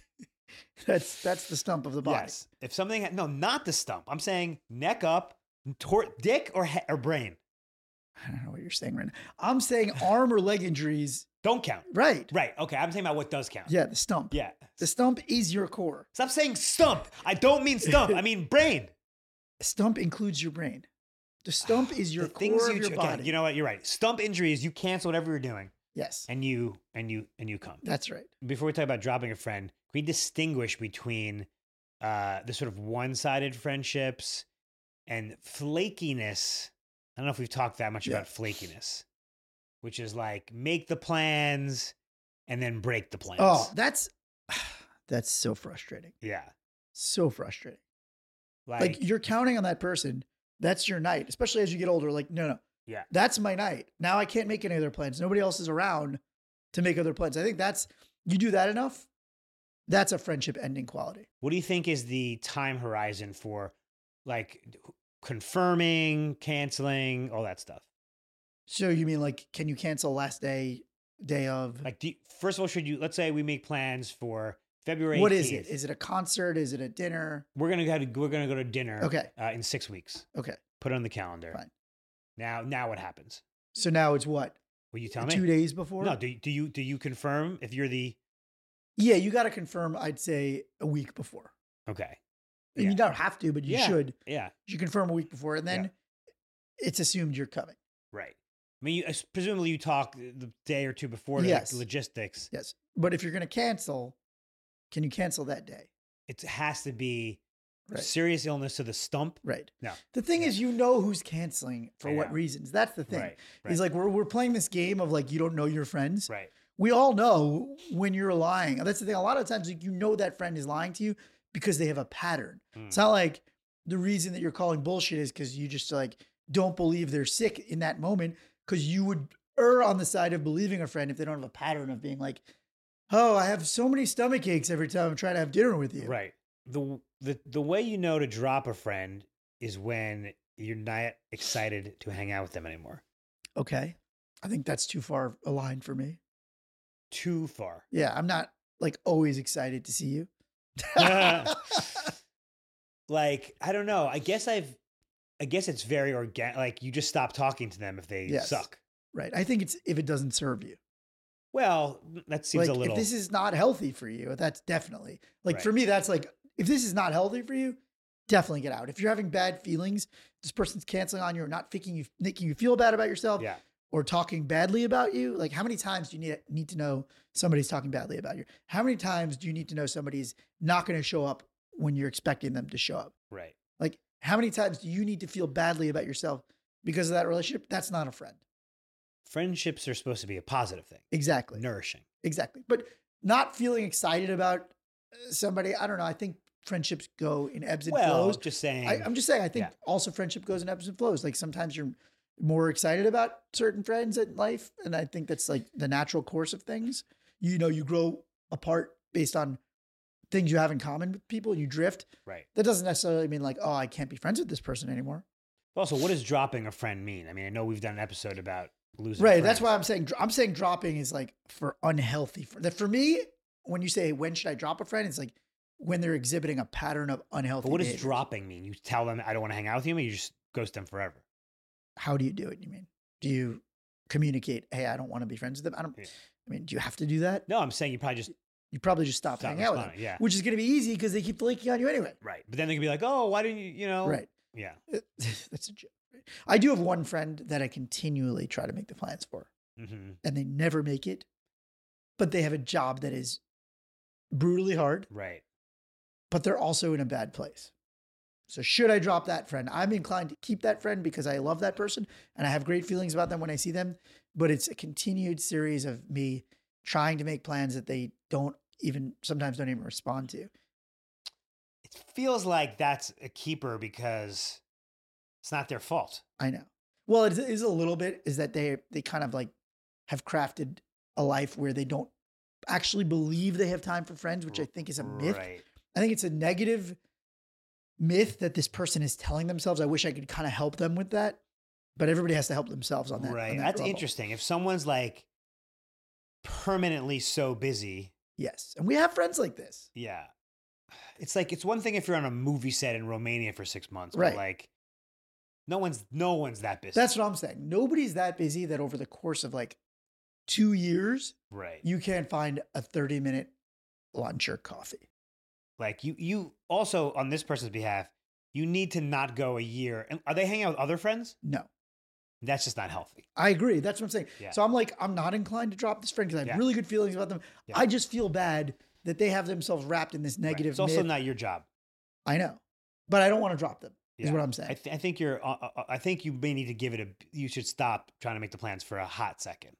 Speaker 2: that's that's the stump of the body.
Speaker 1: Yes. If something no, not the stump. I'm saying neck up, tor- dick or he- or brain.
Speaker 2: I don't know what you're saying right now. I'm saying arm or leg injuries.
Speaker 1: Don't count.
Speaker 2: Right.
Speaker 1: Right. Okay. I'm saying about what does count.
Speaker 2: Yeah, the stump.
Speaker 1: Yeah.
Speaker 2: The stump is your core.
Speaker 1: Stop saying stump. I don't mean stump. I mean brain.
Speaker 2: Stump includes your brain. The stump is your
Speaker 1: Ah, the things
Speaker 2: core
Speaker 1: you
Speaker 2: of your
Speaker 1: ch- okay,
Speaker 2: body.
Speaker 1: you know what? You're right. Stump injuries. You cancel whatever you're doing,
Speaker 2: yes.
Speaker 1: and you and you and you come.
Speaker 2: That's right.
Speaker 1: Before we talk about dropping a friend, can we distinguish between uh, the sort of one-sided friendships and flakiness. I don't know if we've talked that much
Speaker 2: Yeah.
Speaker 1: about flakiness, which is like make the plans and then break the plans.
Speaker 2: Oh, that's that's so frustrating.
Speaker 1: yeah.
Speaker 2: So frustrating.
Speaker 1: Like,
Speaker 2: like you're counting on that person. That's your night, especially as you get older. Like, no, no,
Speaker 1: Yeah.
Speaker 2: that's my night. Now I can't make any other plans. Nobody else is around to make other plans. I think that's you do that enough. That's a friendship ending quality.
Speaker 1: what do you think is the time horizon for like confirming, canceling, all that stuff?
Speaker 2: Uh So you mean like, can you cancel last day, day of?
Speaker 1: Like, do you, first of all, should you? Let's say we make plans for February.
Speaker 2: what is it?
Speaker 1: 18th.
Speaker 2: Is it a concert? Is it a dinner?
Speaker 1: we're gonna go to we're gonna go to dinner.
Speaker 2: Okay.
Speaker 1: Uh, in six weeks.
Speaker 2: Okay.
Speaker 1: Put it on the calendar.
Speaker 2: Fine.
Speaker 1: Now, now what happens?
Speaker 2: So now it's what
Speaker 1: Will you tell me?
Speaker 2: two days before?
Speaker 1: No. Do you- do you do you confirm if you're the
Speaker 2: yeah, you got to confirm. I'd say a week before.
Speaker 1: okay?
Speaker 2: And
Speaker 1: Yeah.
Speaker 2: You don't have to, but you
Speaker 1: Yeah.
Speaker 2: should.
Speaker 1: Yeah,
Speaker 2: You confirm a week before, and then it's assumed you're coming.
Speaker 1: right. I mean, you, as- presumably you talk the day or two before to, like,
Speaker 2: Yes.
Speaker 1: logistics.
Speaker 2: Yes. But if you're going to cancel, can you cancel that day?
Speaker 1: It has to be
Speaker 2: Right.
Speaker 1: serious illness to the stump.
Speaker 2: Right.
Speaker 1: No.
Speaker 2: The thing
Speaker 1: Yeah.
Speaker 2: is, you know who's canceling for
Speaker 1: I
Speaker 2: what
Speaker 1: know.
Speaker 2: reasons. That's the thing.
Speaker 1: Right.
Speaker 2: He's
Speaker 1: right,
Speaker 2: like, we're, we're playing this game of like, you don't know your friends.
Speaker 1: right.
Speaker 2: We all know when you're lying. That's the thing. A lot of times, like, you know that friend is lying to you because they have a pattern. It's not like the reason that you're calling bullshit is because you just like don't believe they're sick in that moment because you would err on the side of believing a friend if they don't have a pattern of being like, oh, I have so many stomach aches every time I'm trying to have dinner with you.
Speaker 1: Right. The the the way you know to drop a friend is when you're not excited to hang out with them anymore.
Speaker 2: Okay. I think that's too far a line for me.
Speaker 1: Too far.
Speaker 2: Yeah, I'm not like always excited to see you.
Speaker 1: Like I don't know. I guess I've. I guess it's very organic. Like you just stop talking to them if they
Speaker 2: Yes.
Speaker 1: suck.
Speaker 2: right. I think it's if it doesn't serve you.
Speaker 1: Well, that seems
Speaker 2: like
Speaker 1: a little.
Speaker 2: if this is not healthy for you, that's definitely like for
Speaker 1: Right.
Speaker 2: me, that's like if this is not healthy for you, definitely get out. If you're having bad feelings, this person's canceling on you or not thinking you making you feel bad about yourself
Speaker 1: yeah.
Speaker 2: or talking badly about you. Like how many times do you need need to know somebody's talking badly about you? How many times do you need to know somebody's not going to show up when you're expecting them to show up?
Speaker 1: Right.
Speaker 2: Like, how many times do you need to feel badly about yourself because of that relationship? That's not a friend.
Speaker 1: Friendships are supposed to be a positive thing,
Speaker 2: Exactly.
Speaker 1: nourishing.
Speaker 2: Exactly. But not feeling excited about uh, somebody, I don't know. I think friendships go in ebbs and
Speaker 1: well,
Speaker 2: flows.
Speaker 1: just saying.
Speaker 2: I, I'm just saying, I think
Speaker 1: Yeah.
Speaker 2: also friendship goes in ebbs and flows. Like, sometimes you're more excited about certain friends in life. And I think that's like the natural course of things. You know, you grow apart based on things you have in common with people, you drift.
Speaker 1: right.
Speaker 2: That doesn't necessarily mean like, oh, I can't be friends with this person anymore.
Speaker 1: Also, what does dropping a friend mean? I mean, I know we've done an episode about losing. a
Speaker 2: Right. That's
Speaker 1: friend.
Speaker 2: why I'm saying I'm saying dropping is like for unhealthy. For that for me, when you say when should I drop a friend, it's like when they're exhibiting a pattern of unhealthy.
Speaker 1: But what does
Speaker 2: behavior.
Speaker 1: dropping mean? You tell them I don't want to hang out with you, and you just ghost them forever.
Speaker 2: How do you do it? You mean do you communicate? Hey, I don't want to be friends with them. I don't.
Speaker 1: Yeah.
Speaker 2: I mean, do you have to do that?
Speaker 1: No, I'm saying you probably just
Speaker 2: You probably just stop,
Speaker 1: stop
Speaker 2: hanging out with them,
Speaker 1: responding. Yeah,
Speaker 2: which is going to be easy because they keep flaking on you anyway.
Speaker 1: right. But then they can be like, "Oh, why didn't you?" You know,
Speaker 2: Right. Uh,
Speaker 1: Yeah.
Speaker 2: That's a joke. right? I do have one friend that I continually try to make the plans for.
Speaker 1: hmm
Speaker 2: and they never make it, but they have a job that is brutally hard,
Speaker 1: Right.
Speaker 2: but they're also in a bad place. So, should I drop that friend? I'm inclined to keep that friend because I love that person and I have great feelings about them when I see them, but it's a continued series of me trying to make plans that they don't even sometimes don't even respond to.
Speaker 1: It feels like that's a keeper because it's not their fault.
Speaker 2: I know. Well, it is a little bit is that they they kind of like have crafted a life where they don't actually believe they have time for friends, which I think is a myth.
Speaker 1: Right.
Speaker 2: I think it's a negative myth that this person is telling themselves. I wish I could kind of help them with that, but everybody has to help themselves on that. on
Speaker 1: right.
Speaker 2: that
Speaker 1: that's
Speaker 2: level.
Speaker 1: interesting. If someone's like permanently so busy,
Speaker 2: Yes, and we have friends like this.
Speaker 1: yeah. It's like it's one thing if you're on a movie set in Romania for six months,
Speaker 2: Right.
Speaker 1: but like no one's no one's that busy.
Speaker 2: That's what I'm saying. Nobody's that busy that over the course of like two years,
Speaker 1: right.
Speaker 2: you can't find a 30 minute lunch or coffee.
Speaker 1: Like you, you also on this person's behalf, you need to not go a year. And are they hanging out with other friends?
Speaker 2: No,
Speaker 1: That's just not healthy.
Speaker 2: I agree. That's what I'm saying.
Speaker 1: Yeah.
Speaker 2: So I'm like, I'm not inclined to drop this friend because I have
Speaker 1: Yeah.
Speaker 2: really good feelings about them.
Speaker 1: Yeah.
Speaker 2: I just feel bad that they have themselves wrapped in this
Speaker 1: Right.
Speaker 2: negative.
Speaker 1: It's also
Speaker 2: myth.
Speaker 1: not your job.
Speaker 2: I know, but I don't want to drop them. Is
Speaker 1: Yeah.
Speaker 2: what I'm saying.
Speaker 1: I, th- I think you're. Uh, uh, I think you may need to give it a. You should stop trying to make the plans for a hot second.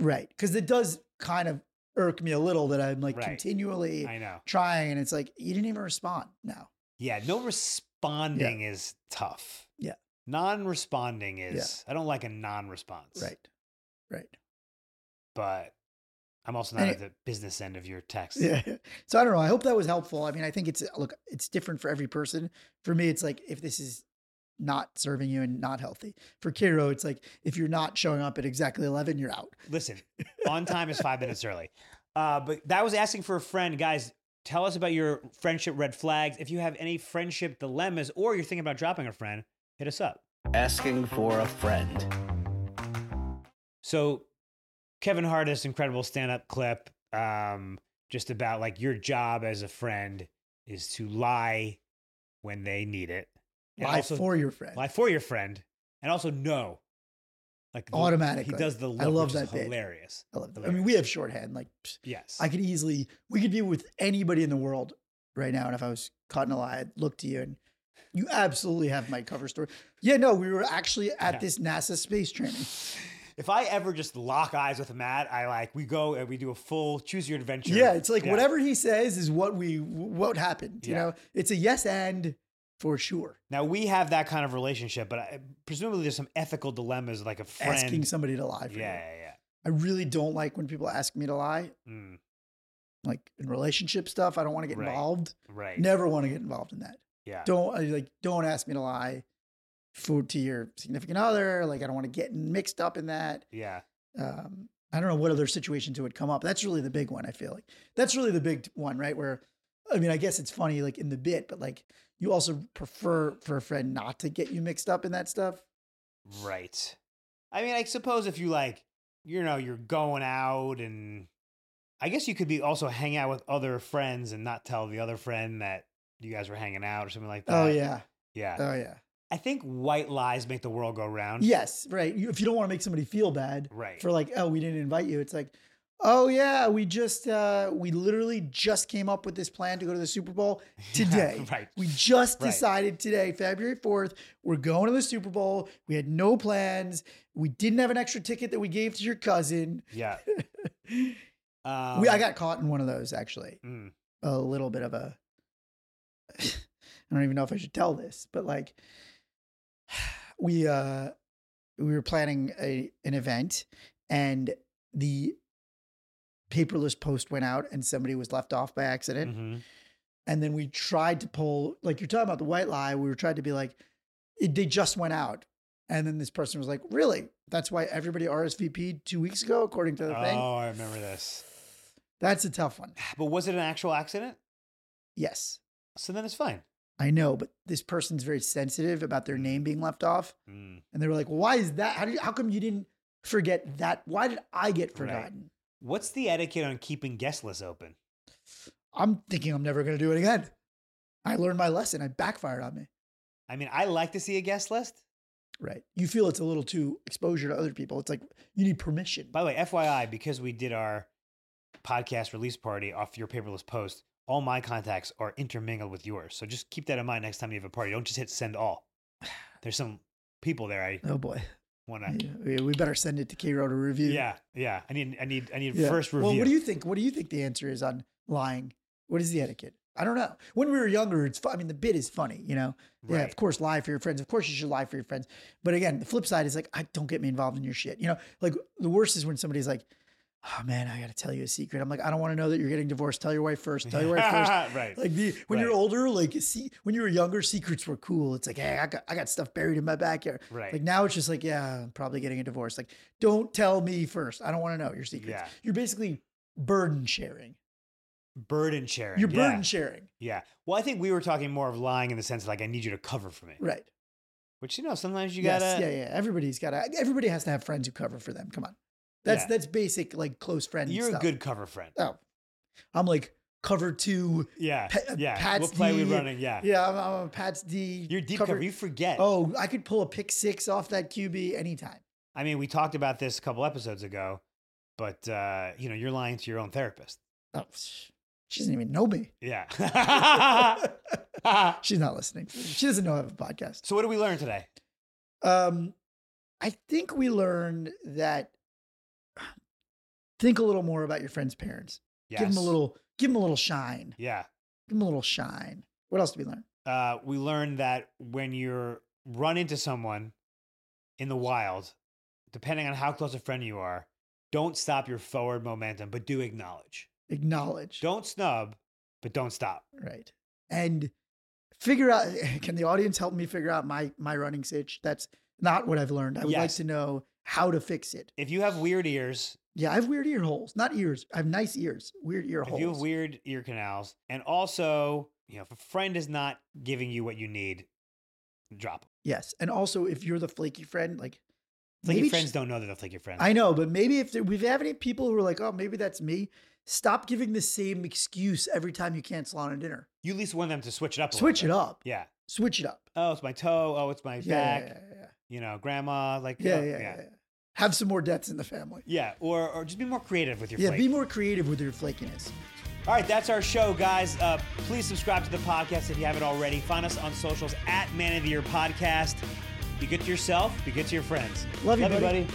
Speaker 2: Right. Because it does kind of irk me a little that I'm like
Speaker 1: Right.
Speaker 2: continually
Speaker 1: I know.
Speaker 2: trying and it's like, you didn't even respond now.
Speaker 1: Yeah. No responding is tough.
Speaker 2: Yeah.
Speaker 1: Non-responding is. I don't like a non-response.
Speaker 2: Right. Right.
Speaker 1: But I'm also not
Speaker 2: And
Speaker 1: at the business end of your text.
Speaker 2: Yeah. So I don't know. I hope that was helpful. I mean, I think it's uh, look, it's different for every person. For me, it's like if this is not serving you and not healthy. For Kiro, it's like if you're not showing up at exactly 11, you're out.
Speaker 1: Listen, on time is five minutes early. Uh, but that was asking for a friend. Guys, tell us about your friendship red flags. If you have any friendship dilemmas or you're thinking about dropping a friend, hit us up.
Speaker 3: Asking for a friend.
Speaker 1: So, Kevin Hart has this incredible stand up clip um, just about like your job as a friend is to lie when they need it. And
Speaker 2: Lie
Speaker 1: also-
Speaker 2: for your friend.
Speaker 1: lie for your friend, and also know, like the-
Speaker 2: Oh, Automatically.
Speaker 1: He does the look,
Speaker 2: I love
Speaker 1: which is
Speaker 2: that bit.
Speaker 1: hilarious.
Speaker 2: I love that. I mean, we have shorthand. Like psh,
Speaker 1: Yes,
Speaker 2: I could easily, we could be with anybody in the world right now. And if I was caught in a lie, I'd look to you and you absolutely have my cover story. Yeah, no, we were actually at
Speaker 1: Yeah.
Speaker 2: this NASA space training.
Speaker 1: If I ever just lock eyes with Matt, I like we go and we do a full choose your adventure.
Speaker 2: Yeah, it's like whatever he says is what we what happened. You
Speaker 1: Yeah.
Speaker 2: know, it's a yes and for sure.
Speaker 1: Now we have that kind of relationship, but I, presumably there's some ethical dilemmas, like a friend.
Speaker 2: Asking somebody to lie.
Speaker 1: yeah,
Speaker 2: For you.
Speaker 1: yeah,
Speaker 2: I really don't like when people ask me to lie,
Speaker 1: yeah. Mm,
Speaker 2: like in relationship stuff. I don't want to get
Speaker 1: Right.
Speaker 2: involved.
Speaker 1: right.
Speaker 2: Never want to get involved in that.
Speaker 1: yeah.
Speaker 2: Don't I, like don't ask me to lie for to your significant other. Like I don't want to get mixed up in that.
Speaker 1: Yeah.
Speaker 2: Um, I don't know what other situations would come up. That's really the big one. I feel like that's really the big one, right? Where I mean, I guess it's funny like in the bit, but like you also prefer for a friend not to get you mixed up in that stuff.
Speaker 1: Right. I mean, I suppose if you like, you know, you're going out and I guess you could be also hang out with other friends and not tell the other friend that you guys were hanging out or something like that.
Speaker 2: oh yeah,
Speaker 1: Yeah.
Speaker 2: oh yeah.
Speaker 1: I think white lies make the world go round.
Speaker 2: Yes, right. You, if you don't want to make somebody feel bad
Speaker 1: Right.
Speaker 2: for like, oh, we didn't invite you, it's like, oh yeah, we just uh we literally just came up with this plan to go to the Super Bowl today.
Speaker 1: right.
Speaker 2: We just
Speaker 1: Right.
Speaker 2: decided today, February 4th, we're going to the Super Bowl. We had no plans. We didn't have an extra ticket that we gave to your cousin.
Speaker 1: Yeah. Um,
Speaker 2: we, I got caught in one of those actually.
Speaker 1: mm,
Speaker 2: A little bit of a I don't even know if I should tell this, but like we uh we were planning a an event and the paperless post went out and somebody was left off by accident
Speaker 1: mhm.
Speaker 2: and then we tried to pull like you're talking about the white lie we were trying to be like it, they just went out and then this person was like really that's why everybody rsvp'd two weeks ago according to the thing
Speaker 1: Oh, I remember this.
Speaker 2: that's a tough one
Speaker 1: But was it an actual accident?
Speaker 2: yes
Speaker 1: So then it's fine.
Speaker 2: i know but this person's very sensitive about their name being left off
Speaker 1: Mm.
Speaker 2: and they were like well, why is that how, do you, how come you didn't forget that why did i get
Speaker 1: Right.
Speaker 2: forgotten
Speaker 1: What's the etiquette on keeping guest lists open?
Speaker 2: i'm thinking i'm never going to do it again i learned my lesson i backfired on me
Speaker 1: I mean, I like to see a guest list.
Speaker 2: right you feel it's a little too exposure to other people it's like you need permission
Speaker 1: By the way, FYI, because we did our podcast release party off your paperless post, all my contacts are intermingled with yours. So just keep that in mind next time you have a party. Don't just hit send all. There's some people there I
Speaker 2: oh boy
Speaker 1: want to.
Speaker 2: Yeah, we- we better send it to Cairo to review.
Speaker 1: Yeah, yeah. I need, I need, I need
Speaker 2: Yeah.
Speaker 1: first review.
Speaker 2: Well, what do you think? What do you think the answer is on lying? What is the etiquette? I don't know. When we were younger, it's fun. I mean, the bit is funny, you know. Yeah,
Speaker 1: Right.
Speaker 2: of course, lie for your friends. Of course, you should lie for your friends. But again, the flip side is like, I don't get me involved in your shit. You know, like the worst is when somebody's like, "Oh man, I got to tell you a secret." I'm like, I don't want to know that you're getting divorced. Tell your wife first. Tell your wife first.
Speaker 1: right.
Speaker 2: Like the when you're
Speaker 1: Right.
Speaker 2: older, like see when you were younger, secrets were cool. It's like, hey, I got I got stuff buried in my backyard.
Speaker 1: Right.
Speaker 2: Like now it's just like, yeah, I'm probably getting a divorce. Like, don't tell me first. I don't want to know your secrets.
Speaker 1: Yeah.
Speaker 2: You're basically burden sharing.
Speaker 1: burden sharing.
Speaker 2: You're
Speaker 1: yeah.
Speaker 2: burden sharing.
Speaker 1: Yeah. Well, I think we were talking more of lying in the sense of like I need you to cover for me,
Speaker 2: Right.
Speaker 1: which you know sometimes you
Speaker 2: Yes.
Speaker 1: gotta.
Speaker 2: yeah, yeah. Everybody's gotta everybody has to have friends who cover for them. Come on. That's
Speaker 1: Yeah.
Speaker 2: that's basic like close friend.
Speaker 1: You're
Speaker 2: stuff.
Speaker 1: a good cover friend.
Speaker 2: Oh. I'm like cover two.
Speaker 1: Yeah.
Speaker 2: Pa- uh,
Speaker 1: yeah.
Speaker 2: Pat's
Speaker 1: what play we
Speaker 2: the-
Speaker 1: running? Yeah.
Speaker 2: Yeah, I'm, I'm a Pat's D.
Speaker 1: You're deep cover. You forget.
Speaker 2: Oh, I could pull a pick six off that QB anytime.
Speaker 1: I mean, we talked about this a couple episodes ago, but uh, you know, you're lying to your own therapist.
Speaker 2: Oh, sh- she doesn't even know me.
Speaker 1: Yeah.
Speaker 2: She's not listening. She doesn't know I have a podcast.
Speaker 1: so what did we learn today?
Speaker 2: Um, I think we learned that think a little more about your friend's parents.
Speaker 1: Yes.
Speaker 2: Give them a little, give them a little shine.
Speaker 1: Yeah.
Speaker 2: Give them a little shine. What else did we learn?
Speaker 1: Uh, we learned that when you're run into someone in the wild, depending on how close a friend you are, don't stop your forward momentum, but do acknowledge.
Speaker 2: Acknowledge.
Speaker 1: Don't snub, but don't stop.
Speaker 2: Right. And figure out. Can the audience help me figure out my my running sitch? That's not what I've learned. I would like
Speaker 1: Yes.
Speaker 2: to know how to fix it.
Speaker 1: If you have weird ears,
Speaker 2: Yeah, I have weird ear holes. Not ears. I have nice ears. Weird ear
Speaker 1: if
Speaker 2: holes.
Speaker 1: you have weird ear canals, and also, you know, if a friend is not giving you what you need, drop 'em.
Speaker 2: Yes, and also if you're the flaky friend, like
Speaker 1: Flaky
Speaker 2: maybe
Speaker 1: friends
Speaker 2: ch-
Speaker 1: don't know that they're flaky friends.
Speaker 2: I know, but maybe if there, we have any people who are like, oh, maybe that's me, Stop giving the same excuse every time you cancel on a dinner.
Speaker 1: You at least want them to switch it up. A
Speaker 2: Switch it
Speaker 1: little
Speaker 2: up.
Speaker 1: bit. Yeah.
Speaker 2: Switch it up.
Speaker 1: Oh, it's my toe. Oh, it's my
Speaker 2: Yeah,
Speaker 1: back.
Speaker 2: yeah, yeah,
Speaker 1: You know, grandma. Like,
Speaker 2: yeah, yeah,
Speaker 1: oh,
Speaker 2: yeah, yeah, yeah. Have some more deaths in the family.
Speaker 1: Yeah, Or, or just be more creative with your
Speaker 2: Yeah,
Speaker 1: plate.
Speaker 2: be more creative with your flakiness.
Speaker 1: All right, that's our show, guys. Uh, please subscribe to the podcast if you haven't already. Find us on socials at Man of the Year Podcast. Be good to yourself. Be good to your friends.
Speaker 2: Love you, buddy.
Speaker 1: buddy.